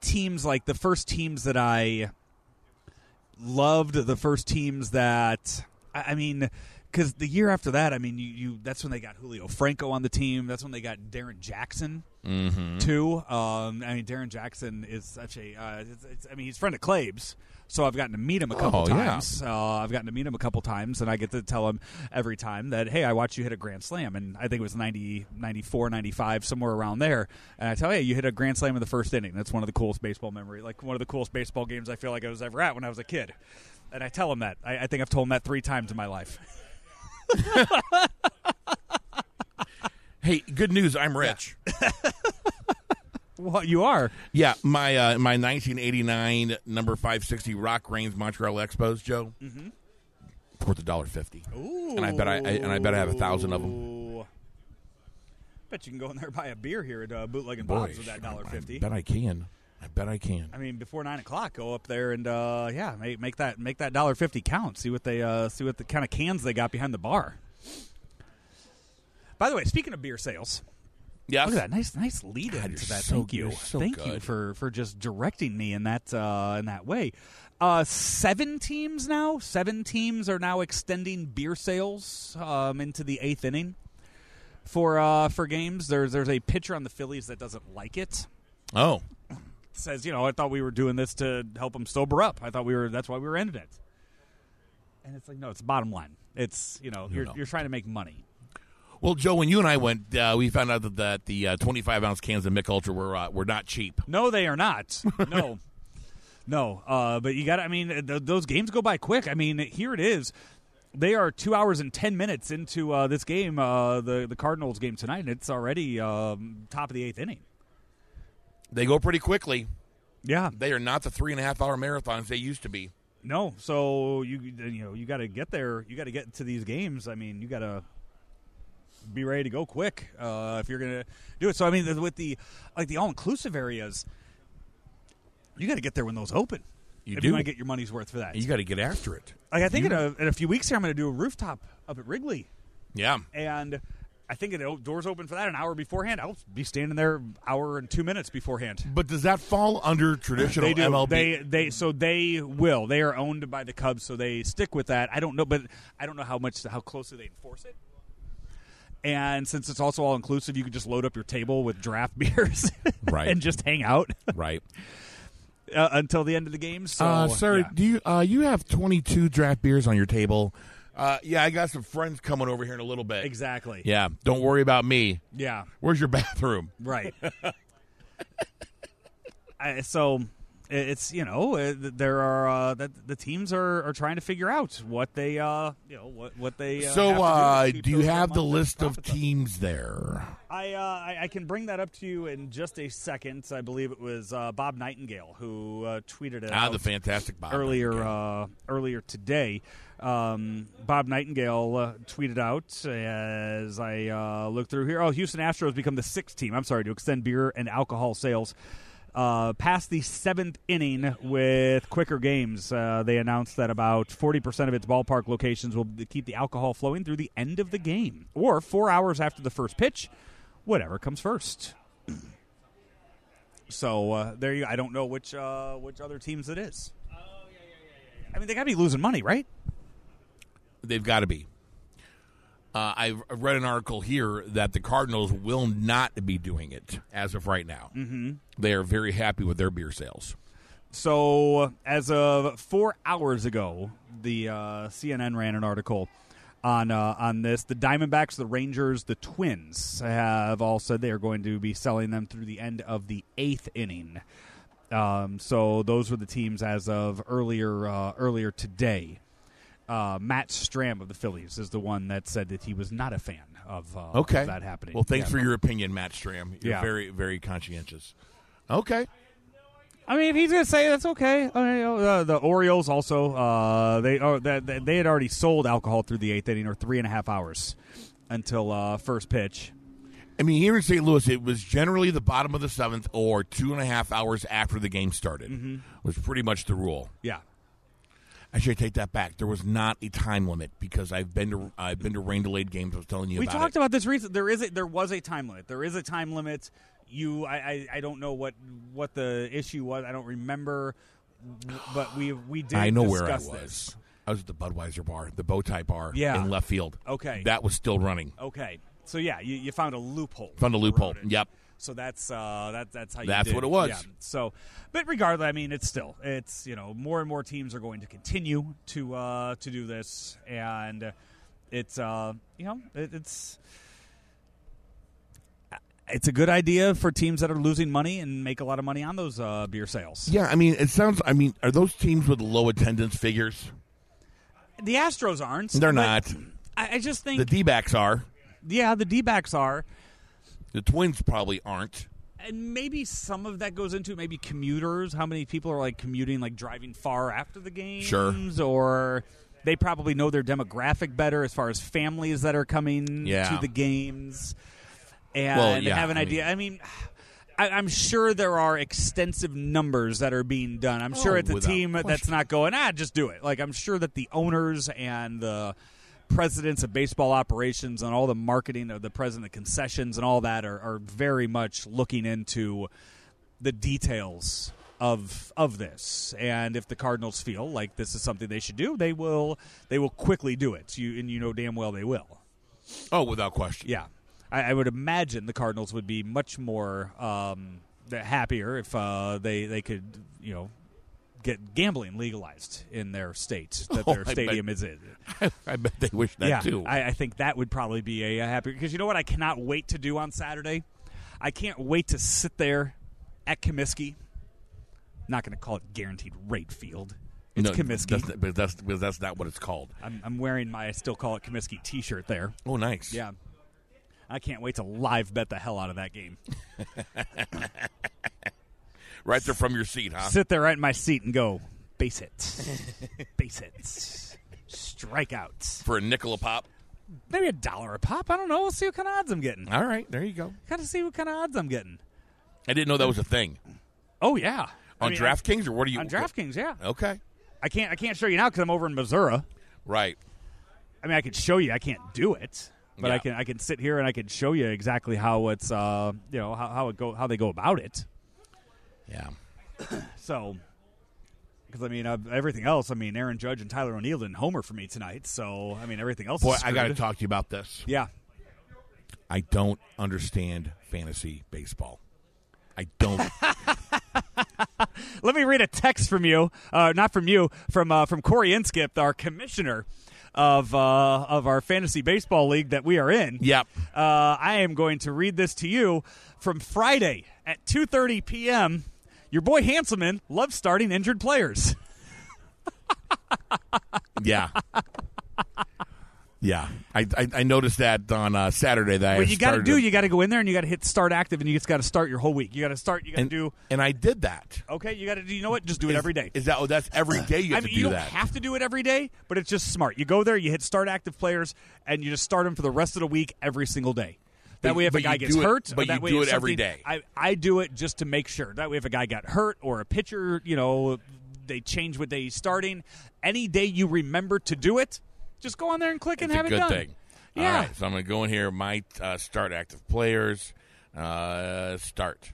D: teams like the first teams that I loved, the first teams that I, I mean, because the year after that, I mean, you, you that's when they got Julio Franco on the team. That's when they got Darren Jackson
C: Mm-hmm.
D: too. Um, I mean, Darren Jackson is such a. Uh, it's, it's, I mean, he's a friend of Claves, so I've gotten to meet him a couple
C: Oh, yeah.
D: times. Uh, I've gotten to meet him a couple times, and I get to tell him every time that, hey, I watched you hit a grand slam, and I think it was 90, 94, 95, somewhere around there. And I tell you, hey, you hit a grand slam in the first inning. That's one of the coolest baseball memory, like one of the coolest baseball games I feel like I was ever at when I was a kid. And I tell him that. I, I think I've told him that three times in my life.
C: Hey, good news. I'm rich. Yeah,
D: Well, you are.
C: my uh, my 1989 number 560 Rock Rains Montreal Expos, Joe. Mm-hmm. Worth a dollar fifty. Ooh. And I bet I, I and I bet I have a thousand of them.
D: Ooh. Bet you can go in there buy a beer here at uh, Bootleg and Bob's with that dollar fifty.
C: I bet I can. I bet I can.
D: I mean, before nine o'clock, go up there and uh, yeah, make, make that make that dollar fifty count. See what they uh, see what the kind of cans they got behind the bar. By the way, speaking of beer sales,
C: Yes.
D: look at that nice nice lead
C: God,
D: into
C: you're
D: that.
C: so-
D: Thank you,
C: you're so
D: thank you
C: good.
D: for for just directing me in that uh, in that way. Uh, seven teams now. Seven teams are now extending beer sales um, into the eighth inning for uh, for games. There's there's a pitcher on the Phillies that doesn't like it
C: Oh.
D: says, you know, I thought we were doing this to help him sober up. I thought we were that's why we were ending it. And it's like, no, it's bottom line. It's you know, you're
C: know.
D: you're trying to make money.
C: Well, Joe, when you and I went, uh, we found out that, that the uh, 25 ounce cans of Mick Ultra were uh, were not cheap.
D: No, they are not. No. no. Uh, but you got to I mean, th- those games go by quick. I mean, here it is. They are two hours and ten minutes into uh, this game, uh, the the Cardinals game tonight, and it's already um, top of the eighth inning.
C: They go pretty quickly.
D: Yeah,
C: They are not the three and a half hour marathons they used to be.
D: no. So you you know you got to get there. You got to get to these games. I mean, you got to be ready to go quick uh, if you're gonna do it. So I mean, with the like the all inclusive areas, you got to get there when those open.
C: You
D: if
C: do.
D: you want to get your money's worth for that.
C: You got to get after it.
D: like I think in a, in a few weeks here, I'm going to do a rooftop up at Wrigley,
C: Yeah.
D: and I think it o- doors open for that an hour beforehand. I'll be standing there hour and two minutes beforehand.
C: But does that fall under traditional
D: They do.
C: MLB?
D: They they so they will. They are owned by the Cubs, so they stick with that. I don't know, but I don't know how much how closely they enforce it. And since it's also all inclusive, you can just load up your table with draft beers,
C: Right.
D: and just hang out
C: right.
D: uh, until the end of the game. So,
C: uh, sir,
D: yeah.
C: do you uh, you have 22 draft beers on your table? Uh, yeah, I got some friends coming over here in a little bit.
D: exactly.
C: Yeah, don't worry about me.
D: yeah.
C: Where's your bathroom?
D: Right. I, so it's you know uh, th- there are uh, the, the teams are, are trying to figure out what they uh, you know what what they. Uh, have to
C: so,
D: to
C: uh,
D: keep
C: do you
D: those
C: have the
D: months
C: list of
D: profits up.
C: teams there? Ah,
D: I, uh, I I can bring that up to you in just a second. I believe it was uh, Bob Nightingale who uh, tweeted it
C: Ah,
D: out
C: the fantastic Bob.
D: earlier uh, earlier today. Um, Bob Nightingale uh, tweeted out as I uh, look through here. Oh, Houston Astros become the sixth team. I'm sorry to extend beer and alcohol sales. Uh, past the seventh inning with quicker games, uh, they announced that about 40% of its ballpark locations will keep the alcohol flowing through the end of the game or four hours after the first pitch, whatever comes first. So uh, there you. I don't know which uh, which other teams it is. I mean, they got to be losing money, right?
C: They've got to be. Uh, I read an article here that the Cardinals will not be doing it as of right now. Mm-hmm. They are very happy with their beer sales.
D: So, as of four hours ago, the uh, CNN ran an article on uh, on this. The Diamondbacks, the Rangers, the Twins have all said they are going to be selling them through the end of the eighth inning. Um, so, those were the teams as of earlier uh, earlier today. Uh, Matt Stram of the Phillies is the one that said that he was not a fan of, uh, of that happening.
C: Well, thanks
D: Yeah.
C: for your opinion, Matt Stram. You're
D: Yeah.
C: very, very conscientious. Okay.
D: I mean, if he's going to say that's okay. I mean, uh, the Orioles also uh, they are that that- they had already sold alcohol through the eighth inning or three and a half hours until uh, first pitch.
C: I mean, here in St. Louis, it was generally the bottom of the seventh or two and a half hours after the game started,
D: Mm-hmm.
C: was pretty much the rule.
D: Yeah,
C: I should take that back. There was not a time limit because I've been to I've been to rain delayed games. I was telling you
D: we
C: about
D: talked
C: it.
D: about this recent. There is a, there was a time limit. There is a time limit. You, I, I, I don't know what what the issue was. I don't remember, but we we did.
C: I know where I
D: discuss
C: was.
D: This.
C: I was at the Budweiser bar, the bow tie bar
D: Yeah.
C: in left field.
D: Okay.
C: That was still running.
D: Okay, so yeah, you, you found a loophole.
C: Found a loophole.
D: Eroded.
C: Yep.
D: So that's uh, that that's how you
C: That's
D: did
C: what it was.
D: So, but regardless, I mean, it's still it's you know more and more teams are going to continue to uh, to do this, and it's uh, you know it, it's it's a good idea for teams that are losing money and make a lot of money on those uh, beer sales.
C: Yeah, I mean, it sounds. I mean, are those teams with low attendance figures?
D: The Astros aren't.
C: They're not.
D: but I, I just think
C: The D backs are.
D: yeah, the D backs are.
C: The Twins probably aren't.
D: and maybe some of that goes into maybe commuters. How many people are like commuting, like driving far after the games?
C: Sure.
D: Or they probably know their demographic better as far as families that are coming
C: Yeah.
D: to the games and
C: Well, yeah,
D: have an
C: I
D: idea. I mean, I, I'm sure there are extensive numbers that are being done. I'm sure
C: Oh,
D: it's a
C: without
D: team that's
C: question.
D: not going, ah, just do it. Like, I'm sure that the owners and the presidents of baseball operations and all the marketing of the president of concessions and all that are, are very much looking into the details of of this and if the cardinals feel like this is something they should do they will they will quickly do it you and you know damn well they will
C: Oh, without question.
D: yeah, I, I would imagine the Cardinals would be much more um, th- happier if uh, they they could you know get gambling legalized in their state that
C: Oh, I
D: their
C: bet-
D: stadium is in.
C: I bet they wish that
D: yeah,
C: too.
D: I, I think that would probably be a, a happy because you know what I cannot wait to do on Saturday. I can't wait to sit there at Comiskey. Not going to call it guaranteed rate field. It's
C: No,
D: Comiskey.
C: That's, but that's but that's not what it's called.
D: I'm, I'm wearing my I still call it Comiskey T-shirt there.
C: Oh, nice.
D: Yeah. I can't wait to live bet the hell out of that game.
C: Right there from your seat, huh?
D: Sit there right in my seat and go, base it. base it. Strikeouts.
C: For a nickel a pop.
D: Maybe a dollar a pop. I don't know. We'll see what kind of odds I'm getting.
C: All right, there you go.
D: Gotta see what kind of odds I'm getting.
C: I didn't know that was a thing
D: Oh yeah. I
C: on Oh.
D: mean,
C: DraftKings or what are
D: I-
C: you
D: on DraftKings, yeah.
C: Okay,
D: I can't I can't show you now because I'm over in Missouri.
C: right.
D: I mean I could show you, I can't do it. But
C: Yeah.
D: I can I can sit here and I can show you exactly how it's uh you know how, how it go how they go about it.
C: Yeah,
D: So, because I mean, uh, everything else. I mean, Aaron Judge and Tyler O'Neill didn't homer for me tonight. So, I mean, everything else.
C: boy,
D: is
C: I got to
D: screwed.
C: talk to you about this.
D: Yeah,
C: I don't understand fantasy baseball. I don't.
D: let me read a text from you. Uh, not from you, from uh, from Corey Inskip, our commissioner of uh, of our fantasy baseball league that we are in.
C: Yep.
D: Uh, I am going to read this to you from Friday at two thirty p.m. Your boy Hanselman loves starting injured players.
C: Yeah. Yeah, I, I I noticed that on uh, Saturday that I
D: what you got to
C: started
D: do, you got to go in there and you got to hit start active, and you just got to start your whole week. You got to start. You got to
C: and
D: do.
C: and I did that.
D: Okay, you got to do. You know what? Just do it
C: Is-
D: every day.
C: Is that oh that's every day you
D: I
C: have
D: mean,
C: to do
D: you don't
C: that?
D: have to do it every day, but it's just smart. You go there, you hit start active players, and you just start them for the rest of the week every single day. That
C: But-
D: way, if
C: but
D: a guy
C: you
D: gets
C: do it-
D: hurt, or
C: but you
D: that way
C: do
D: if
C: it every
D: something-
C: day.
D: I, I do it just to make sure. That way, if a guy got hurt or a pitcher, you know, they change what day he's starting. Any day you remember to do it, just go on there and click and
C: It's
D: have
C: a
D: it
C: good
D: done.
C: thing.
D: Yeah.
C: All right, so I'm going to go in here. My uh, start active players uh, start.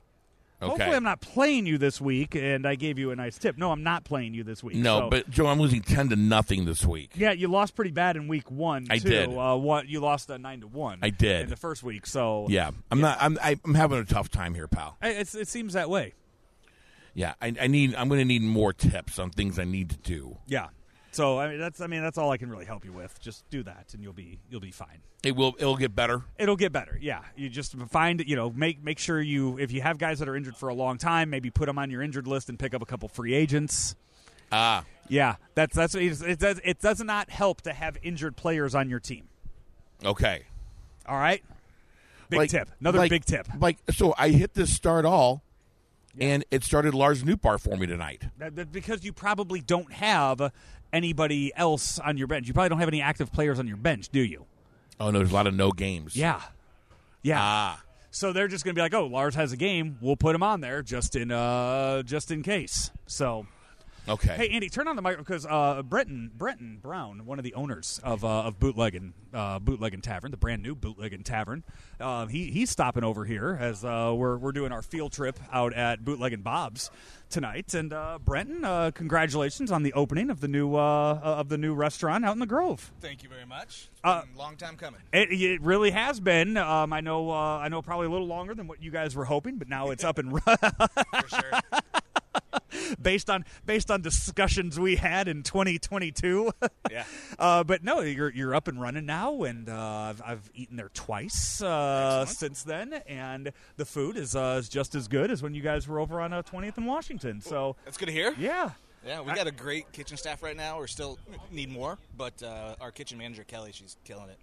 C: Okay.
D: Hopefully, I'm not playing you this week, and I gave you a nice tip. No, I'm not playing you this week.
C: No,
D: so-
C: but Joe, I'm losing ten to nothing this week.
D: Yeah, you lost pretty bad in week one.
C: I
D: too.
C: did.
D: Uh, what you lost uh, nine to one.
C: I did.
D: in the first week. So
C: Yeah, I'm not. I'm I- I'm having a tough time here, pal.
D: I- it's, it seems that way.
C: Yeah, I, I need. I'm going to need more tips on things I need to do.
D: Yeah. So I mean, that's I mean that's all I can really help you with. Just do that, and you'll be you'll be fine.
C: It will. It'll get better.
D: It'll get better. Yeah, you just find you know make make sure you if you have guys that are injured for a long time, maybe put them on your injured list and pick up a couple free agents.
C: Ah,
D: Yeah, that's that's what it, it does. It does not help to have injured players on your team.
C: okay.
D: All right. Big
C: Like-
D: tip. Another
C: like-
D: big tip.
C: Like so, I hit this start all, and it started Lars Newbar for me tonight.
D: That- that- because you probably don't have anybody else on your bench. You probably don't have any active players on your bench, do you?
C: Oh no, there's a lot of no games.
D: Yeah. Yeah.
C: Ah,
D: so they're just going to be like, "Oh, Lars has a game. We'll put him on there just in uh just in case." So,
C: okay.
D: hey Andy, turn on the mic because uh Brenton Brenton Brown, one of the owners of uh, of Bootleggin uh Bootleggin Tavern, the brand new Bootleggin Tavern. Uh, he he's stopping over here as uh we're we're doing our field trip out at Bootleggin Bob's tonight. And uh Brenton, uh congratulations on the opening of the new uh of the new restaurant out in the Grove.
F: Thank you very much. It's
D: Uh,
F: been a long time coming.
D: It, it really has been. Um, I know. Uh, I know. Probably a little longer than what you guys were hoping, but now it's up and run.
F: For sure.
D: based on based on discussions we had in 2022.
F: yeah.
D: uh, but no, you're you're up and running now, and uh, I've, I've eaten there twice uh,
F: Excellent.
D: since then, and the food is uh, is just as good as when you guys were over on uh, 20th and Washington. So
F: That's good to hear.
D: yeah,
F: Yeah, we
D: I-
F: got a great kitchen staff right now. We're still need more, but uh, our kitchen manager Kelly, she's killing it.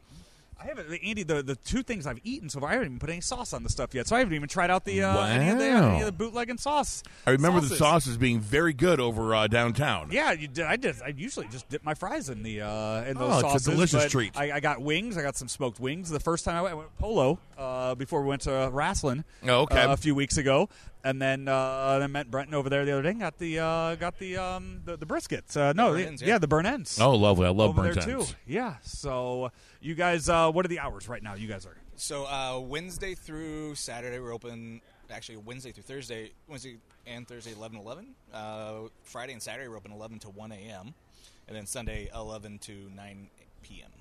D: I haven't, Andy. The, the two things I've eaten so far, I haven't even put any sauce on the stuff yet. So I haven't even tried out the uh, any of the,
C: Wow.
D: any of the bootleg and sauce.
C: I remember the
D: sauces.
C: sauces being very good over uh, downtown.
D: Yeah, you did, I did. I usually just dip my fries in the uh, in
C: Oh,
D: those
C: it's a
D: sauces.
C: delicious
D: but
C: treat.
D: I, I got wings. I got some smoked wings. The first time I went, I went polo uh, before we went to Rasslin.
C: Oh, okay.
D: uh, a few weeks ago, and then uh, I met Brenton over there the other day. And got the uh, got the um the, the briskets. Uh, no,
F: burnt
D: the-
F: ends,
D: yeah.
F: yeah.
D: the burn ends.
C: Oh, lovely. I love
D: over
C: burnt
D: there
C: ends.
D: too. Yeah. So you guys, uh, what are the hours right now? You guys are.
F: So uh, Wednesday through Saturday, we're open. Actually, Wednesday through Thursday, Wednesday and Thursday, eleven eleven. Uh, Friday and Saturday, we're open eleven to one a.m. and then Sunday, eleven to nine p.m.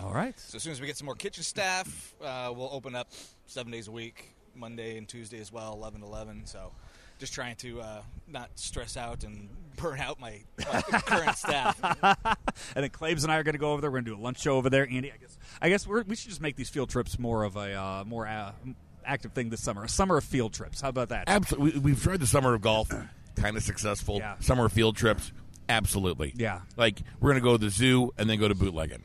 D: All right.
F: So as soon as we get some more kitchen staff, uh, we'll open up seven days a week, Monday and Tuesday as well, eleven to eleven. So just trying to uh, not stress out and burn out my, my current staff.
D: And then Claves and I are going to go over there. We're going to do a lunch show over there. Andy, I guess I guess we're, we should just make these field trips more of a uh, more uh, active thing this summer. A summer of field trips. How about that?
C: Absolutely. We, we've tried the summer of golf, kind of successful.
D: Yeah.
C: Summer field trips, absolutely.
D: Yeah.
C: Like we're gonna go to the zoo and then go to bootlegging.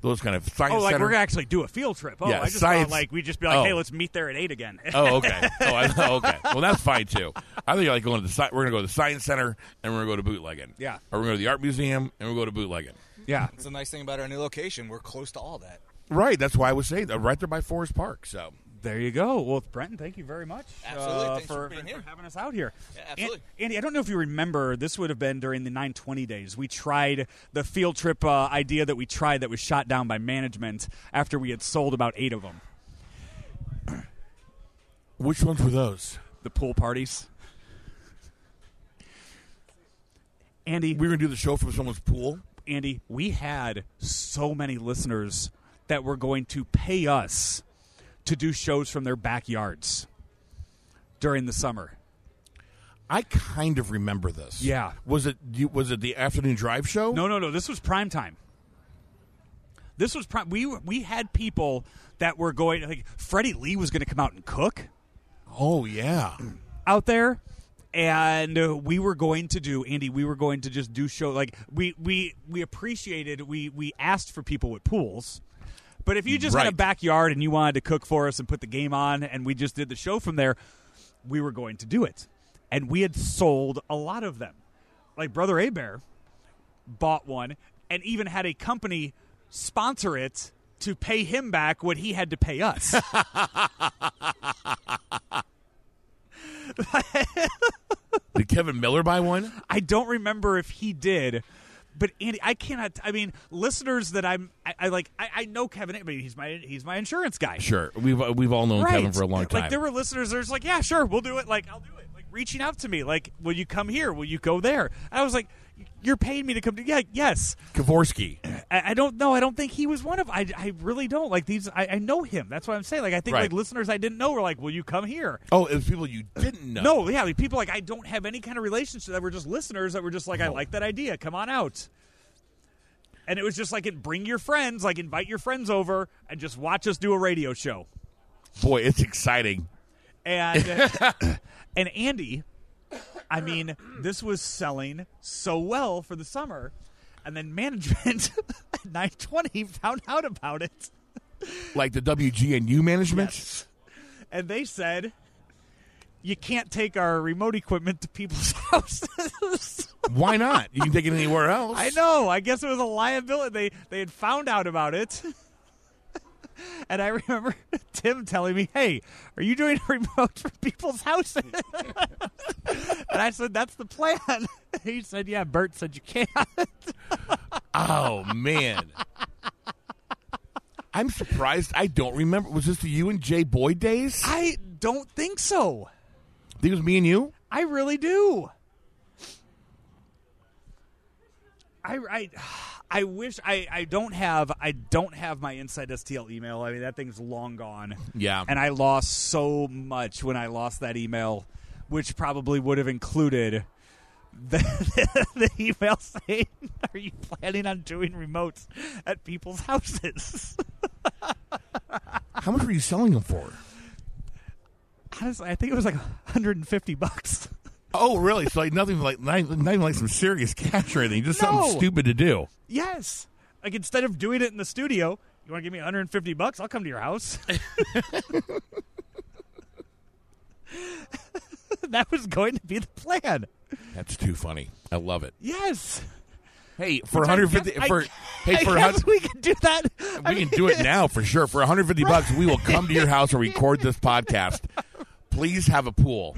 C: Those kind of science
D: oh, like
C: center.
D: we're going to actually do a field trip. Oh,
C: Yeah,
D: I just
C: science-
D: thought like we'd just be like,
C: Oh.
D: hey, let's meet there at eight again.
C: Oh, okay. Oh, I, oh, okay. Well, that's fine too. I think like going to the sci- we're gonna go to the science center and we're gonna go to bootlegging.
D: Yeah.
C: Or we're gonna go to the art museum and we'll go to bootlegging.
D: yeah.
F: That's the nice thing about our new location. We're close to all that.
C: Right. That's why I was saying that. Right there by Forest Park. So
D: There you go. Well, Brenton, thank you very much
F: Absolutely.
D: uh,
F: Thanks
D: for,
F: for being here.
D: having us out here.
F: Yeah, absolutely.
D: An- Andy, I don't know if you remember, this would have been during the 920 days. We tried the field trip uh, idea that we tried that was shot down by management after we had sold about eight of them.
C: which ones were those?
D: The pool parties. Andy,
C: We were gonna do the show from someone's pool.
D: Andy, we had so many listeners that were going to pay us to do shows from their backyards during the summer.
C: I kind of remember this.
D: Yeah.
C: Was it you- was it the afternoon drive show?
D: No, no, no. This was prime time. This was prime. We were- we had people that were going. Like Freddie Lee was going to come out and cook
C: Oh yeah.
D: out there, and uh, we were going to do Andy. We were going to just do show like we we we appreciated. We we asked for people with pools. But if you just had a
C: Right.
D: backyard and you wanted to cook for us and put the game on, and we just did the show from there, we were going to do it, and we had sold a lot of them. Like Brother Abear bought one and even had a company sponsor it to pay him back what he had to pay us.
C: Did Kevin Miller buy one?
D: I don't remember if he did. But Andy, I cannot. I mean, listeners that I'm, I, I like. I, I know Kevin. I mean, he's my he's my insurance guy.
C: Sure, we've we've all known
D: right.
C: Kevin for a long time.
D: Like there were listeners that were just like, yeah, sure, we'll do it. Like I'll do it. Like reaching out to me, like, will you come here? Will you go there? And I was like, you're paying me to come to. Yeah, yes.
C: Kavorsky.
D: I, I don't know. I don't think he was one of. I, I really don't like these. I, I know him. That's what I'm saying. Like I think
C: Right.
D: like listeners I didn't know were like, will you come here?
C: Oh, it was people you didn't know.
D: No, yeah, like people like I don't have any kind of relationship that were just listeners that were just like, I like that idea. Come on out. And it was just like, it, bring your friends, like invite your friends over and just watch us do a radio show.
C: boy, it's exciting.
D: And and Andy, I mean, this was selling so well for the summer, and then management at 920 found out about it,
C: Like the WGNU management.
D: and they said, "You can't take our remote equipment to people's houses."
C: Why not? You can take it anywhere else.
D: I know. I guess it was a liability. They they had found out about it. And I remember Tim telling me, "Hey, are you doing a remote for people's houses?" and I said, "That's the plan." he said, "Yeah." Bert said, "You can't."
C: Oh man. I'm surprised I don't remember. Was this the you and Jay Boyd days? I
D: I don't think so.
C: think it was me and you.
D: I really do. I, I, I wish I, I don't have I don't have my inside STL email. I mean that thing's long gone.
C: Yeah.
D: and I lost so much when I lost that email, which probably would have included the, the email saying, "Are you planning on doing remotes at people's houses?"
C: How much were you selling them for?
D: Honestly, I think it was like 150 bucks.
C: Oh, really? So like nothing like not, even- not even like some serious cash or anything. Just something
D: No.
C: stupid to do.
D: Yes. Like instead of doing it in the studio, you want to give me 150 bucks? I'll come to your house. that was going to be the plan.
C: That's too funny. I love it.
D: Yes.
C: Hey, for
D: Which I
C: 150
D: guess-
C: for
D: I-
C: hey
D: I
C: for a
D: guess
C: hun-
D: we can do that. I
C: we can
D: mean,
C: do it now for sure. For 150 bucks, we will come to your house and record this podcast. Please have a pool.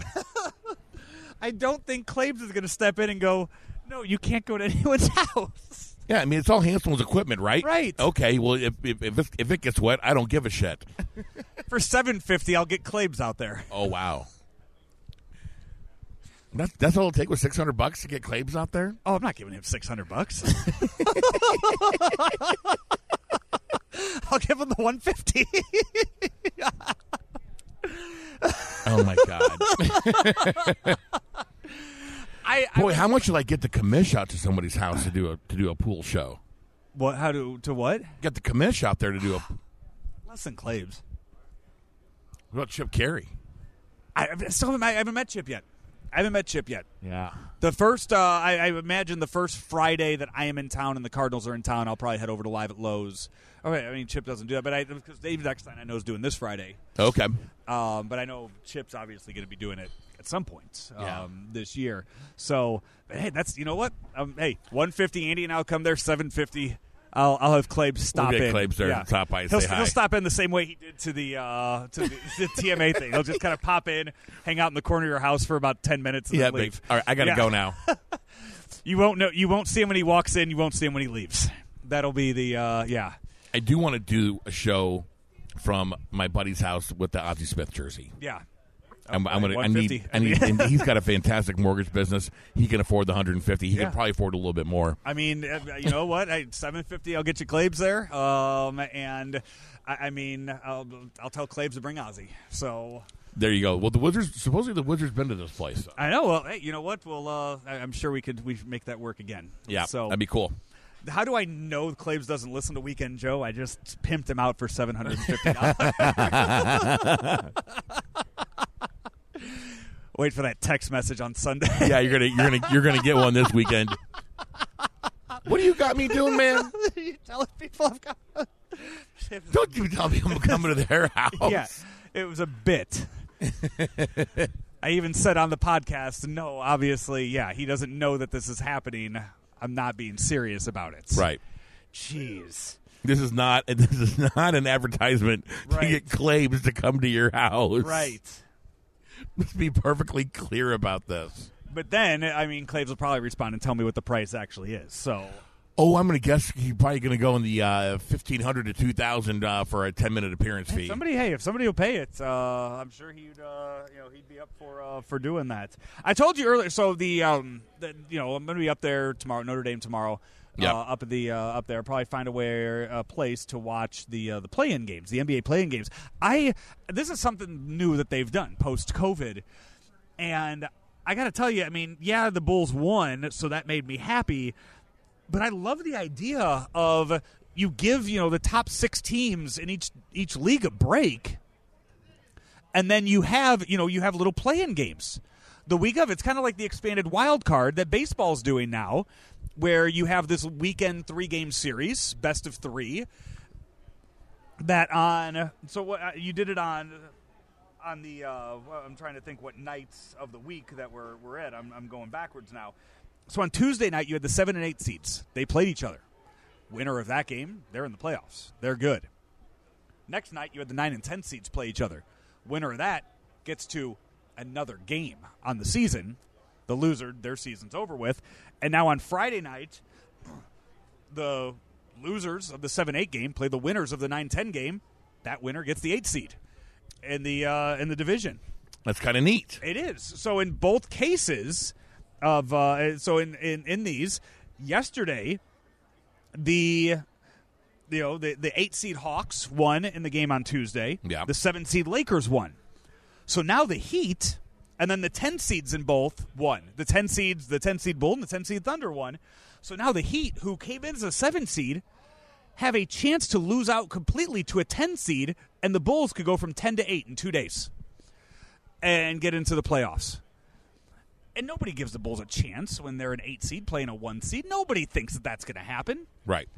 D: I don't think Claves is going to step in and go, "No, you can't go to anyone's house."
C: Yeah, I mean it's all Hanselman's equipment, right?
D: Right.
C: Okay. Well, if if if, it's, if it gets wet, I don't give a shit.
D: For 750, I'll get Claves out there.
C: Oh wow. That's that's all it'll take with 600 bucks to get claims out there.
D: Oh, I'm not giving him 600 bucks. I'll give him the 150.
C: Oh my god.
D: I, I
C: Boy, how much will I get the commish out to somebody's house to do a to do a pool show?
D: what how to to what?
C: Get the commish out there to do a
D: Less than Claves.
C: what about Chip Carey?
D: I, I still haven't, I haven't met Chip yet. I haven't met Chip yet.
C: Yeah.
D: The first, uh, I, I imagine, the first Friday that I am in town and the Cardinals are in town, I'll probably head over to Live at Lowe's. All right, I mean Chip doesn't do that, but I because Dave Eckstein I know is doing this Friday.
C: Okay.
D: Um, but I know Chip's obviously going to be doing it at some point um,
C: Yeah.
D: this year. So but hey, that's you know what? Um, hey, one fifty Andy and I'll come there. Seven fifty. I'll, I'll have Clabe stop
C: get
D: in.
C: Clabe there to stop by and
D: he'll,
C: say hi.
D: he'll stop in the same way he did to the uh, to the, the TMA thing. He'll just kind of pop in, hang out in the corner of your house for about ten minutes, and
C: Yeah.
D: then leave.
C: Big, all right. I gotta
D: Yeah.
C: go now.
D: You won't know. You won't see him when he walks in. You won't see him when he leaves. That'll be the uh, yeah.
C: I do want to do a show from my buddy's house with the Ozzy Smith jersey.
D: Yeah. Oh,
C: I'm, I'm gonna. I
D: 150.
C: need. I need. and he's got a fantastic mortgage business. He can afford the 150. He
D: Yeah.
C: can probably afford a little bit more.
D: I mean, uh, you know what? I, Seven fifty. I'll get you Claves there, um, and I, I mean, I'll, I'll tell Claves to bring Ozzy. So
C: There you go. Well, the Wizards. Supposedly, the Wizards been to this place. though.
D: I know. Well, hey, you know what? We'll. Uh, I, I'm sure we could. We should make that work again.
C: Yeah.
D: So
C: that'd be cool.
D: how do I know Claves doesn't listen to Weekend Joe? I just pimped him out for seven hundred and fifty dollars. Wait for that text message on Sunday.
C: Yeah, you're gonna you're gonna you're gonna get one this weekend. What do you got me doing, man?
D: you telling people I've got.
C: Don't you tell me I'm coming to their house.
D: Yeah, it was a bit. I even said on the podcast, no, obviously, yeah, he doesn't know that this is happening. I'm not being serious about it.
C: Right.
D: Jeez.
C: This is not this is not an advertisement to
D: Right.
C: get claims to come to your house.
D: Right.
C: Let's be perfectly clear about this.
D: But then, I mean, Claves will probably respond and tell me what the price actually is. So,
C: Oh, I'm gonna guess you're probably gonna go in the uh, fifteen hundred to two thousand uh, for a ten minute appearance fee.
D: if somebody, hey, if somebody will pay it, uh, I'm sure he'd, uh, you know, he'd be up for uh, for doing that. I told you earlier. So the, um, the you know, I'm going to be up there tomorrow, Notre Dame tomorrow.
C: Yeah.
D: Uh, up at the uh, up there, probably find a where a place to watch the uh, the play-in games, the NBA play-in games. I this is something new that they've done post COVID. And I got to tell you, I mean, yeah, the Bulls won, so that made me happy. But I love the idea of you give, you know, the top 6 teams in each each league a break. And then you have, you know, you have little play-in games. The week of it's kind of like the expanded wild card that baseball's doing now where you have this weekend three-game series, best of 3 that on so what uh, you did it on on the uh, well, I'm trying to think what nights of the week that we're we're at. I'm, I'm going backwards now. So on Tuesday night, you had the seven and eight seeds. They played each other. Winner of that game, they're in the playoffs. They're good. Next night, you had the nine and ten seeds play each other. Winner of that gets to another game on the season. The loser, their season's over with. And now on Friday night, the losers of the 7-8 game play the winners of the 9-10 game that winner gets the 8 seed in the uh, in the division
C: That's kind of neat.
D: it is so in both cases of uh, so in, in in these yesterday the you know the the 8 seed Hawks won in the game on Tuesday
C: Yeah.
D: the 7 seed Lakers won so now the Heat and then the 10 seeds in both won. The 10 seeds, the 10 seed Bull and the 10 seed Thunder won. So now the Heat, who came in as a 7 seed, have a chance to lose out completely to a 10 seed, and the Bulls could go from 10 to 8 in two days and get into the playoffs. And nobody gives the Bulls a chance when they're an 8 seed playing a 1 seed. Nobody thinks that that's going to happen
C: Right.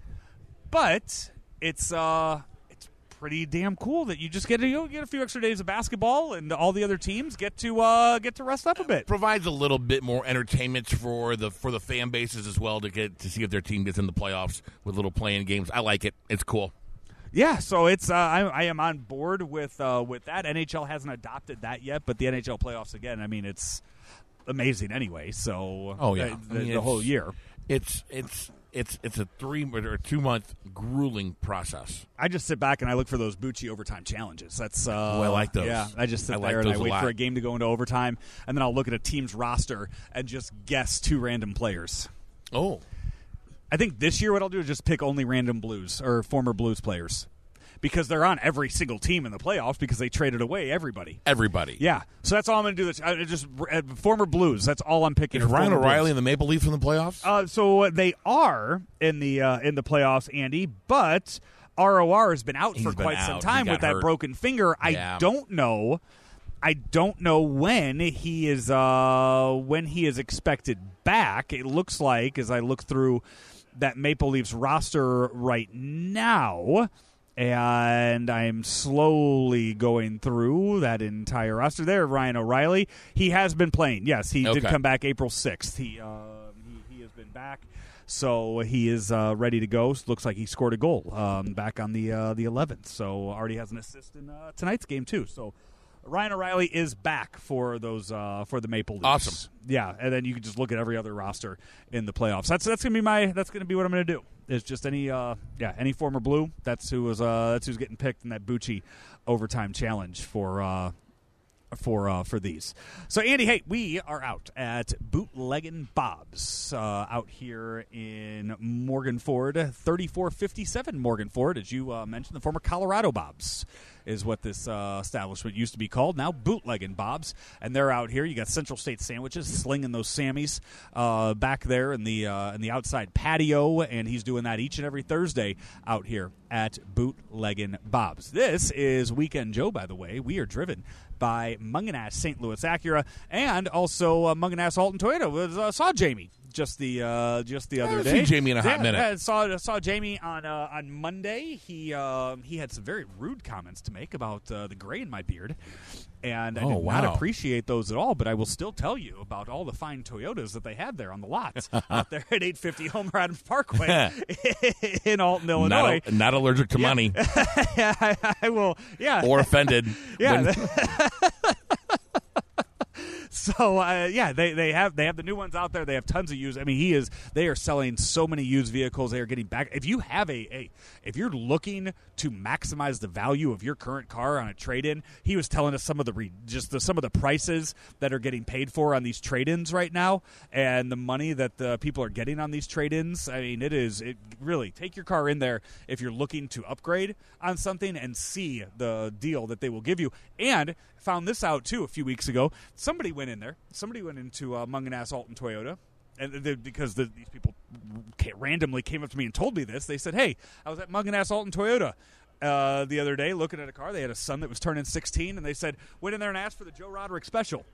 D: but it's uh it's pretty damn cool that you just get to you know, get a few extra days of basketball and all the other teams get to uh get to rest up a bit.
C: Provides a little bit more entertainment for the for the fan bases as well to get to see if their team gets in the playoffs with little playing games. I like it. It's cool.
D: Yeah, so it's uh, I, I am on board with uh with that. NHL hasn't adopted that yet, but the NHL playoffs again. I mean, it's amazing anyway. So
C: Oh, yeah.
D: the,
C: I
D: the-
C: mean,
D: the
C: it's-
D: whole year.
C: It's it's it's it's a three or two month grueling process.
D: I just sit back and I look for those Bucci overtime challenges. That's uh,
C: I like those.
D: Yeah, I just sit
C: I like
D: there and
C: those
D: I
C: a
D: wait
C: lot.
D: for a game to go into overtime, and then I'll look at a team's roster and just guess two random players.
C: Oh,
D: I think this year what I'll do is just pick only random Blues or former Blues players because they're on every single team in the playoffs because they traded away everybody.
C: everybody.
D: Yeah, so that's all I'm going to do. This I just uh, former Blues. That's all I'm picking.
C: Is
D: are
C: Ryan
D: former
C: O'Reilly
D: Blues.
C: and the Maple Leafs in the playoffs?
D: Uh, so they are in the uh, in the playoffs, Andy, but ROR has been out
C: He's
D: for
C: been
D: quite some
C: out.
D: time
C: He
D: with
C: got
D: that
C: hurt.
D: broken finger.
C: Yeah.
D: I don't know. I don't know when he is uh, when he is expected back. It looks like as I look through that Maple Leafs roster right now. And I'm slowly going through that entire roster there. Ryan O'Reilly, he has been playing. Yes, he did
C: Okay.
D: come back April 6th. He, um, he he has been back, so he is uh, ready to go. So looks like he scored a goal um, back on the uh, the 11th. So already has an assist in uh, tonight's game too. So Ryan O'Reilly is back for those uh, for the Maple Leafs.
C: Awesome.
D: Yeah, and then you can just look at every other roster in the playoffs. That's that's gonna be my that's gonna be what I'm gonna do. Is just any uh, yeah any former blue. That's who was uh, that's who's getting picked in that Bucci overtime challenge for. Uh, for uh, for these. So Andy, hey, we are out at Bootleggin' Bob's uh, out here in Morgan Ford, thirty four fifty seven Morgan Ford, as you uh, mentioned, the former Colorado Bob's is what this uh, establishment used to be called. Now bootlegging Bob's, and they're out here. You got Central State sandwiches, slinging those Sammies uh, back there in the uh, in the outside patio, and he's doing that each and every Thursday out here at bootlegging Bob's. This is Weekend Joe, by the way. We are driven by Munganass St. Louis Acura and also uh, Munganass Alton Toyota. Was, uh, saw Jamie just the uh, just the other
C: haven't
D: day.
C: seen Jamie in a hot
D: Yeah,
C: minute.
D: yeah, saw saw Jamie on uh, on Monday. He uh, he had some very rude comments to make about uh, the gray in my beard, and I
C: Oh,
D: did
C: wow.
D: not appreciate those at all. But I will still tell you about all the fine Toyotas that they had there on the lots out there at 850 Homer Adams Parkway in Alton, Illinois.
C: Not, a- not allergic to money
D: I, I will, yeah.
C: or offended.
D: Yeah.
C: when-
D: so uh, yeah, they, they have they have the new ones out there. They have tons of used. I mean, he is they are selling so many used vehicles. They are getting back. If you have a, a if you're looking to maximize the value of your current car on a trade in, he was telling us some of the re, just the, some of the prices that are getting paid for on these trade ins right now, and the money that the people are getting on these trade ins. I mean, it is it really take your car in there if you're looking to upgrade on something and see the deal that they will give you. And found this out too a few weeks ago. Somebody went in there. Somebody went into uh, Munganass Alton Toyota, and the, because the, these people ca- randomly came up to me and told me this, they said, "Hey, I was at Munganass Alton Toyota." Uh, the other day, looking at a car, they had a son that was turning 16, and they said, Went in there and asked for the Joe Roderick special.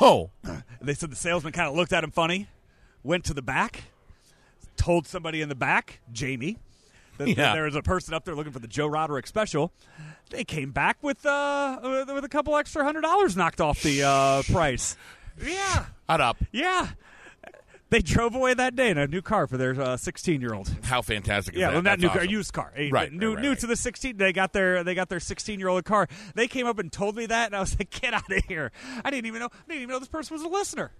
C: oh,
D: And Uh, they said the salesman kind of looked at him funny, went to the back, told somebody in the back, Jamie, that, that
C: Yeah.
D: there was a person up there looking for the Joe Roderick special. They came back with uh, with- with a couple extra hundred dollars knocked off the uh, price. Yeah,
C: hot up.
D: yeah. They drove away that day in a new car for their uh, sixteen-year-old.
C: How fantastic is
D: Yeah,
C: that?
D: well, not
C: That's
D: new car,
C: awesome.
D: used car, A-
C: Right,
D: New,
C: right, right,
D: new
C: right.
D: to the sixteen. They got their they got their sixteen year old car. They came up and told me that, and I was like, "Get out of here!" I didn't even know. I didn't even know this person was a listener.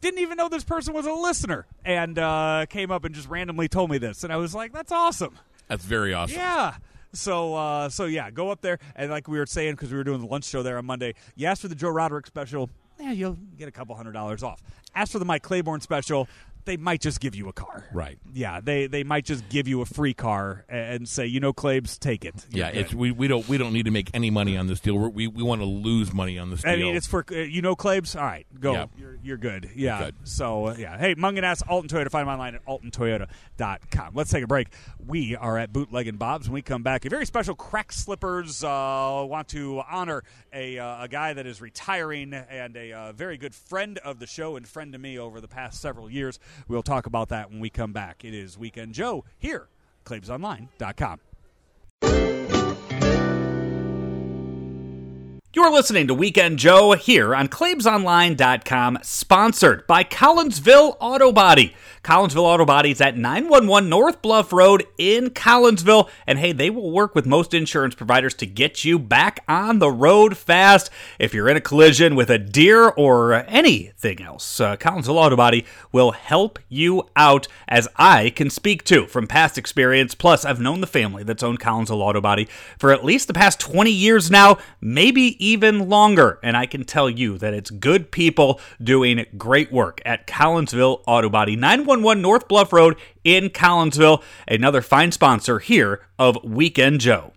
D: Didn't even know this person was a listener, and uh, came up and just randomly told me this, and I was like, "That's awesome."
C: That's very awesome.
D: Yeah. So, uh, so yeah, go up there and like we were saying because we were doing the lunch show there on Monday. You ask for the Joe Roderick special, yeah, you'll get a couple hundred dollars off. Ask for the Mike Claiborne special, they might just give you a car.
C: Right.
D: Yeah, they they might just give you a free car and say, you know, Claibs, take it.
C: Yeah, it's we, we don't we don't need to make any money on this deal. We're, we we want to lose money on this deal.
D: I mean, it's for uh, you know Claibs. All right, go.
C: Yeah.
D: You're, you're good. Yeah.
C: Good.
D: So uh, yeah. Hey, Munganass Alton Toyota. Find them online at altontoyota.com. Let's take a break. We are at Bootleg and Bob's. When we come back, a very special crack slippers uh, want to honor a uh, a guy that is retiring and a uh, very good friend of the show and friend to me over the past several years. We'll talk about that when we come back. It is Weekend Joe here, ClaibsOnline.com.
A: You're listening to Weekend Joe here on ClaimsOnline.com, sponsored by Collinsville Auto Body. Collinsville Auto Body is at 911 North Bluff Road in Collinsville, and hey, they will work with most insurance providers to get you back on the road fast. If you're in a collision with a deer or anything else, uh, Collinsville Auto Body will help you out, as I can speak to from past experience. Plus, I've known the family that's owned Collinsville Auto Body for at least the past 20 years now, maybe even longer. And I can tell you that it's good people doing great work at Collinsville Auto Body, 911 North Bluff Road in Collinsville, another fine sponsor here of Weekend Joe.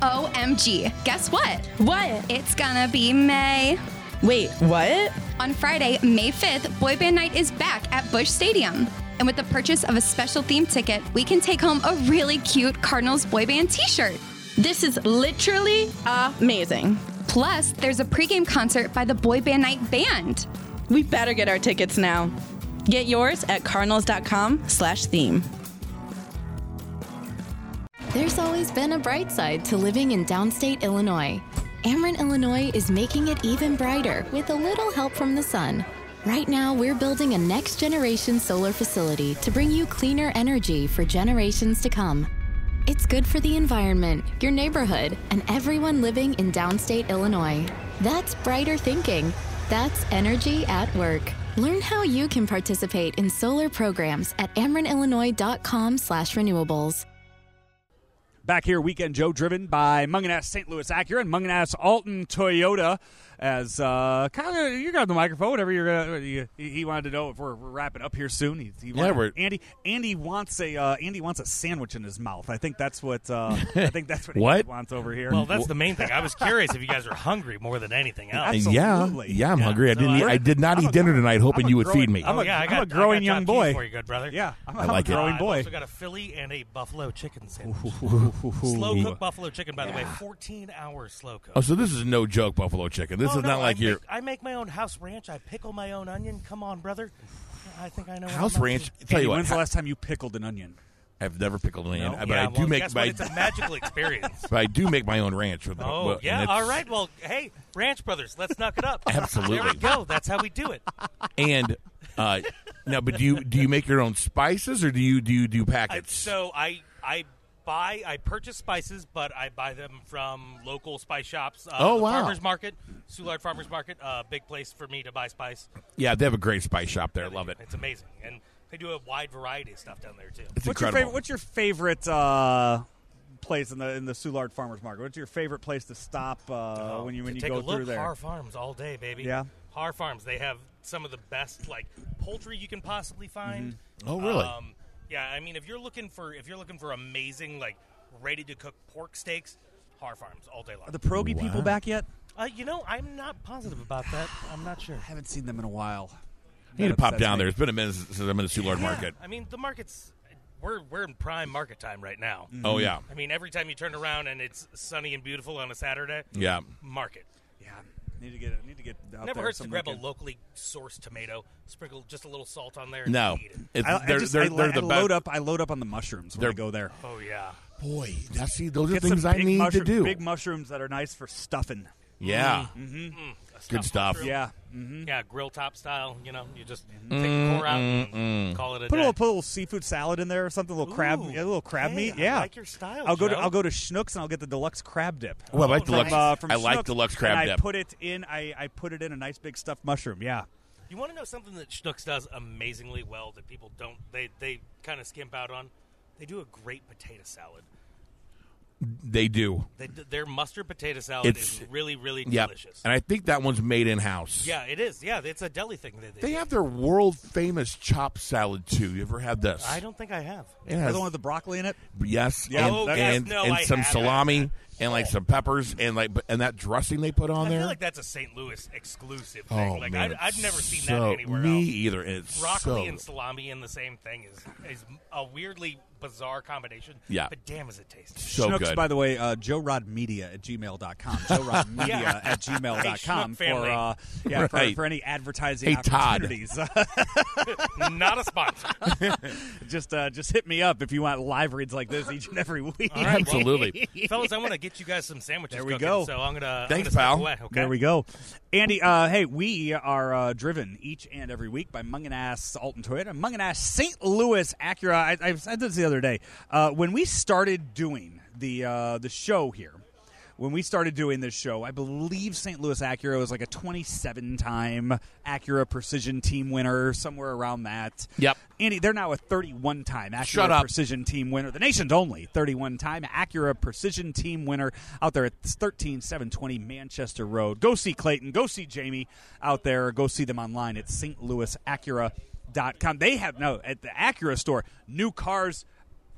G: OMG. Guess what?
H: What?
G: It's gonna be May.
H: Wait, what?
G: On Friday, May 5th, Boy Band Night is back at Bush Stadium. And with the purchase of a special theme ticket, we can take home a really cute Cardinals Boy Band t shirt.
H: This is literally amazing.
G: Plus, there's a pregame concert by the Boy Band Night Band.
H: We better get our tickets now. Get yours at cardinals.com slash theme.
I: There's always been a bright side to living in downstate Illinois. Ameren, Illinois is making it even brighter with a little help from the sun. Right now, we're building a next generation solar facility to bring you cleaner energy for generations to come. It's good for the environment, your neighborhood, and everyone living in downstate Illinois. That's brighter thinking. That's energy at work. Learn how you can participate in solar programs at amerenillinois.com slash renewables.
D: Back here, Weekend Joe, driven by Munganass St. Louis Acura and Munganass Alton Toyota. as uh, Kyle, you got the microphone. Whatever you're gonna, you, he wanted to know if we're, we're wrapping up here soon. He, he
C: Yeah,
D: wanted-
C: we're-
D: Andy. Andy wants a uh, Andy wants a sandwich in his mouth. I think that's what uh, I think that's what,
C: What?
D: Andy wants over here.
E: Well, that's the main thing. I was curious if you guys are hungry more than anything else.
C: And yeah,
D: Absolutely.
C: yeah, I'm
E: Yeah,
C: hungry. I
E: so
C: didn't. eat,
E: I-
C: I did not
D: I'm
C: eat
D: a
C: dinner
D: growing-
C: tonight, hoping
D: I'm a
C: you would
D: growing-
C: feed me.
D: I'm
E: Oh,
D: a-
E: yeah, I
D: I'm
E: got,
D: a growing
E: I got
D: young
E: chopped cheese
D: boy.
E: for you, good brother.
D: yeah, I'm,
C: I
D: I'm
C: like it.
D: a growing
E: I've
D: boy.
E: also got a Philly and a buffalo chicken sandwich.
D: Ooh.
E: Slow cooked buffalo chicken, by the way, 14 hours slow cooked.
C: oh, so this is no joke, buffalo chicken. This
E: Oh,
C: is
E: no,
C: not like
E: I
C: your
E: Make, I make my own house ranch. I pickle my own onion. Come on, brother. I think I know. what
C: house
E: I'm up
C: ranch.
E: to.
C: Tell
D: Andy,
C: you what,
D: when's the last time you pickled an onion?
C: I've never pickled an onion,
D: No?
C: but
E: Oh, yeah,
C: I do
E: well,
C: make
E: guess
C: my
E: what? It's a magical experience.
C: but I do make my own ranch. With
E: Oh
C: well, and
E: yeah,
C: it's-
E: all right. Well, hey, Ranch Brothers, let's knock it up. there
C: Absolutely.
E: we go. That's how we do it.
C: And uh, now, but do you do you make your own spices or do you do you do
E: I,
C: packets?
E: so I I buy I purchase spices, but I buy them from local spice shops. Uh,
C: Oh,
E: the
C: wow.
E: Farmers Market, Soulard Farmers Market, a big place for me to buy spice.
C: yeah, they have a great spice shop there. Love it.
E: It's amazing, and they do a wide variety of stuff down there too.
C: It's
D: what's
C: incredible.
D: your favorite? What's your favorite uh, place in the in the Soulard Farmers Market? What's your favorite place to stop uh, when you when
E: Oh, To
D: you
E: take
D: go
E: a look,
D: through there?
E: Har Farms all day, baby.
D: Yeah.
E: Har Farms. They have some of the best like poultry you can possibly find.
C: Oh, really?
E: Um, yeah, I mean, if you're looking for if you're looking for amazing like ready to cook pork steaks, Har Farms all day long.
D: Are the pierogi people back yet?
E: Uh, you know, I'm not positive about that. I'm not sure.
D: I haven't seen them in a while.
C: I need to pop down there. It's been a minute since I'm in the Soulard Market.
E: I mean, the markets. We're we're in prime market time right now.
C: Oh yeah,
E: I mean, every time you turn around and it's sunny and beautiful on a Saturday,
C: yeah.
E: market.
D: Yeah, need to get need to get out
E: Never
D: there
E: hurts to
D: some
E: grab
D: weekend.
E: a locally sourced tomato, sprinkle just a little salt on there. And
C: No,
E: eat it.
C: it's,
D: I, I
C: they're,
D: just,
C: they're,
D: I,
C: they're
D: I
C: the
D: load
C: best.
D: up. I load up on the mushrooms when I
C: They're-
D: go there.
E: Oh yeah.
C: Boy, now see, those are
D: Get
C: things
D: some
C: I
D: big
C: need to
D: mushroom-
C: do.
D: Big Mm-hmm. mushrooms that are nice for stuffing.
C: yeah,
E: Stuffed
C: stuff.
E: mushroom.
D: Yeah,
E: Yeah, grill top style. You know, you just take
C: Mm,
E: the core out and call it
D: put
E: a
D: a
E: day.
D: little put a little seafood salad in there or something. A little crab,
E: Ooh.
D: yeah, a little crab
E: Hey,
D: meat.
E: I
D: Yeah,
E: like your style,
D: I'll go
E: Joe.
D: to I'll go to Schnucks and I'll get the deluxe crab dip.
C: Oh, I like
E: Oh, nice.
C: deluxe.
D: From, uh, from
C: I like
D: Schnucks,
C: deluxe crab
D: and
C: dip.
D: I put it in. I, I put it in a nice big stuffed mushroom. Yeah,
E: you want to know something that Schnucks does amazingly well that people don't they they kind of skimp out on? They do a great potato salad.
C: they do.
E: They, d- their mustard potato salad
C: It's-
E: is really really
C: Yep.
E: delicious.
C: And I think that one's made in house.
E: yeah, it is. Yeah, it's a deli thing that they,
C: They
E: do.
C: have their world famous chop salad too. You ever had this?
E: I don't think I have.
C: It
D: the
C: has-
D: one with the broccoli in it.
C: yes,
D: Yeah,
C: and
D: oh,
E: yes,
C: and,
E: no,
C: and
E: I
C: some
E: have had
C: salami
E: that.
C: and like some peppers and like and that dressing they put on
E: Oh. I
C: there.
E: feel like that's a St. Louis exclusive
C: oh
E: thing. like
C: man,
E: I, I've never seen
C: so-
E: that anywhere
C: me
E: else.
C: either. And it's
E: broccoli
C: so,
E: and salami in the same thing is is a weirdly bizarre combination.
C: Yeah.
E: But damn, is it tasty.
C: so
D: Schnucks,
C: good.
D: by the way, uh, Joe Rod Media at gmail.com. Joe Rod Media
E: Yeah.
D: at gmail.com
E: Schnuck family.
D: for, uh, yeah, for,
C: Right.
D: for any advertising
C: Hey, Todd.
D: opportunities.
E: Not a sponsor.
D: just uh, just hit me up if you want live reads like this each and every week.
E: All right, well,
C: Absolutely.
E: fellas, I want to get you guys some sandwiches.
D: There we
E: cooking,
D: go.
E: So I'm gonna.
C: Thanks,
E: I'm gonna step
C: pal.
E: Away, okay?
D: There we go. Andy, uh, hey, we are uh, driven each and every week by Munganass Alton Toyota, Munganass St. Louis Acura. I, I said this the other day. Uh, when we started doing the uh, the show here, when we started doing this show, I believe St. Louis Acura was like a 27 time Acura Precision Team winner, somewhere around that.
C: Yep.
D: Andy, they're now a 31 time Acura
C: Shut up.
D: Precision Team winner, the nation's only 31 time Acura Precision Team winner out there at 13720 Manchester Road. Go see Clayton, go see Jamie out there, go see them online at stlouisacura.com. They have no at the Acura store, new cars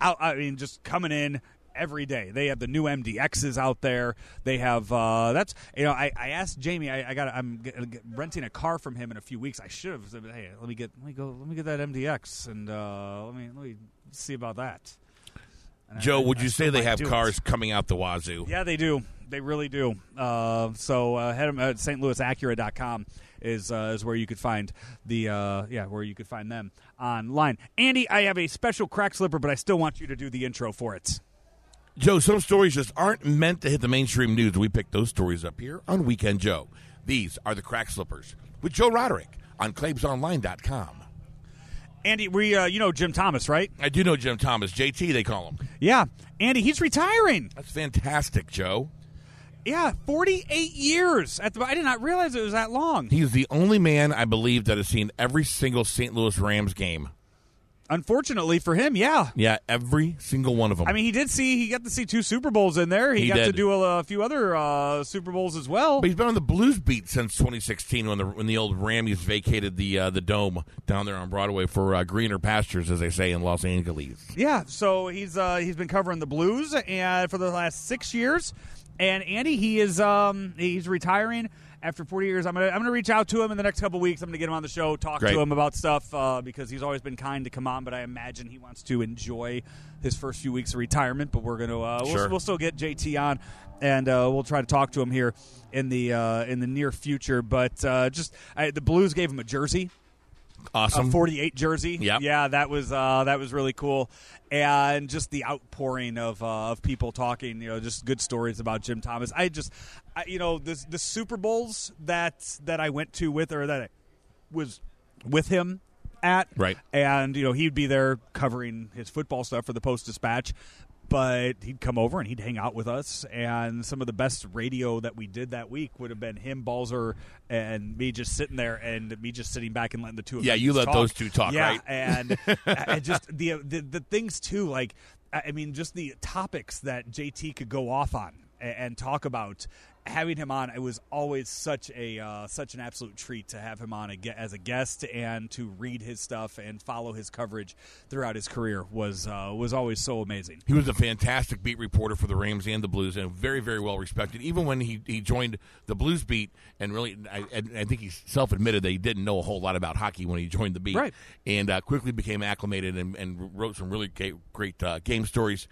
D: out I mean just coming in every day. They have the new MDXs out there. They have uh, that's you know I, I asked Jamie I, I got I'm g- g- renting a car from him in a few weeks. I should have said hey let me get let me go let me get that MDX and uh, let me let me see about that.
C: Joe, would you say they
D: might
C: have
D: do it.
C: cars coming out the wazoo?
D: Yeah, they do. They really do. Uh, so uh, head 'em at stlouisacura.com is uh, is where you could find the uh, yeah where you could find them online. Andy, I have a special crack slipper, but I still want you to do the intro for it.
C: Joe, some stories just aren't meant to hit the mainstream news. We pick those stories up here on Weekend Joe. These are the crack slippers with Joe Roderick on ClaibsOnline.com.
D: Andy, we uh, you know Jim Thomas, right?
C: I do know Jim Thomas, JT, they call him.
D: Yeah, Andy, he's retiring.
C: That's fantastic, Joe.
D: Yeah, forty-eight years. At the, I did not realize it was that long.
C: He's the only man I believe that has seen every single St. Louis Rams game.
D: Unfortunately for him, yeah.
C: Yeah, every single one of them.
D: I mean, he did see he got to see two Super Bowls in there. He,
C: He
D: got to
C: did.
D: do a, a few other uh, Super Bowls as well.
C: But he's been on the blues beat since 2016 when the when the old Rammies vacated the uh, the dome down there on Broadway for uh, greener pastures, as they say in Los Angeles.
D: Yeah, so he's uh, he's been covering the blues and for the last six years, and Andy he is um, he's retiring after 40 years. I'm gonna I'm gonna reach out to him in the next couple weeks. I'm gonna get him on the show, talk
C: Great.
D: to him about stuff uh, because he's always been kind to come on. But I imagine he wants to enjoy his first few weeks of retirement. But we're gonna uh,
C: Sure.
D: we'll, we'll still get JT on, and uh, we'll try to talk to him here in the uh, in the near future. But uh, just I, the Blues gave him a jersey
C: Awesome.
D: a 48 jersey.
C: Yep.
D: Yeah, that was uh, that was really cool. And just the outpouring of uh, of people talking, you know, just good stories about Jim Thomas. I just I, you know, this the Super Bowls that that I went to with or that I was with him at
C: Right.
D: and you know he'd be there covering his football stuff for the Post Dispatch, but he'd come over and he'd hang out with us. And some of the best radio that we did that week would have been him, Balzer, and me just sitting there and me just sitting back and letting the two. of
C: Yeah,
D: them
C: you
D: just
C: let
D: talk.
C: those two talk,
D: yeah,
C: right?
D: And and just the, the the things too, like I I mean, just the topics that JT could go off on a- and, talk about. Having him on, it was always such a uh, such an absolute treat to have him on a, gue- as a guest and to read his stuff and follow his coverage throughout his career was uh, was always so amazing.
C: He was a fantastic beat reporter for the Rams and the Blues, and very, very well respected. Even when he, he joined the Blues beat, and really, I, I- I think he self admitted that he didn't know a whole lot about hockey when he joined the beat,
D: Right.
C: And uh, quickly became acclimated and, and wrote some really great, great uh, game stories.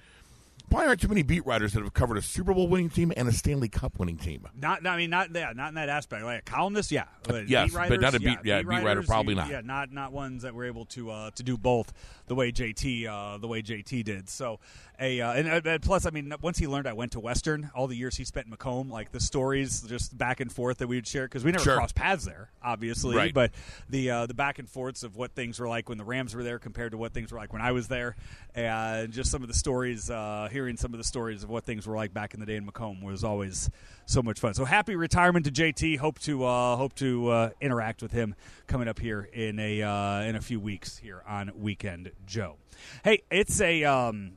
C: Probably aren't too many beat writers that have covered a Super Bowl winning team and a Stanley Cup winning team.
D: Not, I mean, not yeah, not in that aspect. Like a columnist, yeah, but
C: yes,
D: beat
C: but
D: writers,
C: not a beat- yeah, beat writer,
D: writers,
C: probably
D: you-
C: not.
D: Yeah, not not ones that were able to uh, to do both the way JT uh, the way JT did. So a uh, and, uh, and plus, I mean, once he learned I went to Western, all the years he spent in Macomb, like the stories just back and forth that we would share because we never
C: Sure.
D: crossed paths there, obviously,
C: Right.
D: but the uh, the back and forths of what things were like when the Rams were there compared to what things were like when I was there, and just some of the stories, uh, hearing some of the stories of what things were like back in the day in Macomb was always so much fun. So happy retirement to JT. Hope to uh, hope to uh, interact with him coming up here in a uh, in a few weeks here on Weekend Joe. Hey, it's a. Um,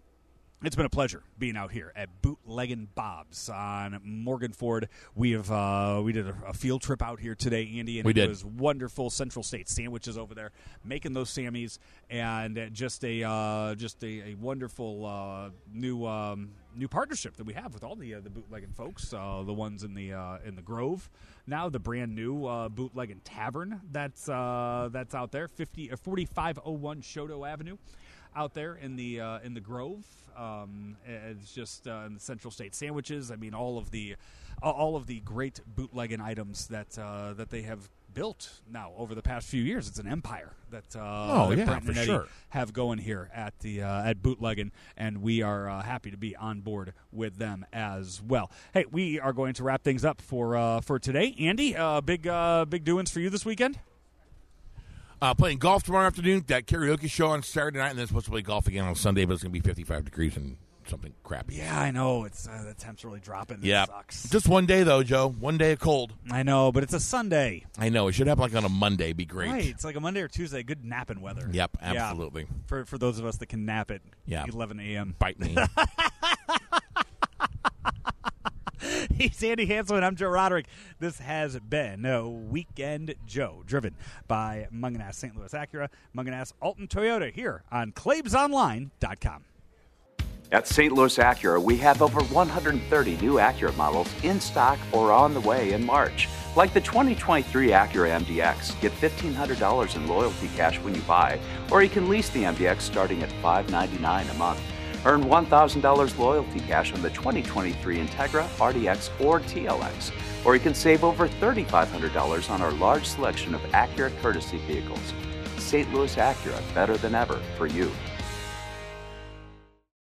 D: it's been a pleasure being out here at Bootlegging Bob's on Morgan Ford. We have uh, we did a, a field trip out here today, Andy, and
C: We
D: it
C: did.
D: was wonderful. Central State sandwiches over there, making those Sammies, and uh, just a uh, just a, a wonderful uh, new um, new partnership that we have with all the uh, the bootlegging folks, uh, the ones in the uh, in the Grove. Now the brand new uh, bootlegging tavern that's uh, that's out there, fifty uh, forty five oh one Shodo Avenue out there in the uh, in the Grove. Um, it's just uh, in the Central State sandwiches. I mean, all of the all of the great bootlegging items that uh, that they have built now over the past few years. It's an empire that uh,
C: Oh,
D: that
C: yeah,
D: Brent and
C: for
D: Eddie
C: sure.
D: have going here at the uh, at bootlegging, and we are uh, happy to be on board with them as well. Hey, we are going to wrap things up for uh, for today. Andy, uh, big uh, big doings for you this weekend.
C: Uh, playing golf tomorrow afternoon, that karaoke show on Saturday night, and then supposed to play golf again on Sunday, but it's going to be 55 degrees and something crappy.
D: Yeah, I know it's uh, the temps really dropping.
C: Yeah.
D: it sucks.
C: Just one day, though, Joe. One day of cold.
D: I know, but it's a Sunday.
C: I know. It should happen like on a Monday. Be great.
D: Right, it's like a Monday or Tuesday. Good napping weather.
C: Yep,
D: Yeah.
C: absolutely.
D: For for those of us that can nap at
C: Yeah.
D: 11 a.m.
C: Bite me.
D: He's Andy Hanselman. I'm Joe Roderick. This has been uh, Weekend Joe, driven by Munganass St. Louis Acura, Munganass Alton Toyota here on ClaibsOnline.com.
B: At St. Louis Acura, we have over 130 new Acura models in stock or on the way in March. Like the 2023 Acura MDX, get $1,500 in loyalty cash when you buy, or you can lease the MDX starting at $599 a month. Earn $1,000 loyalty cash on the 2023 Integra, RDX, or TLX, or you can save over $3,500 on our large selection of Acura courtesy vehicles. St. Louis Acura, better than ever for you.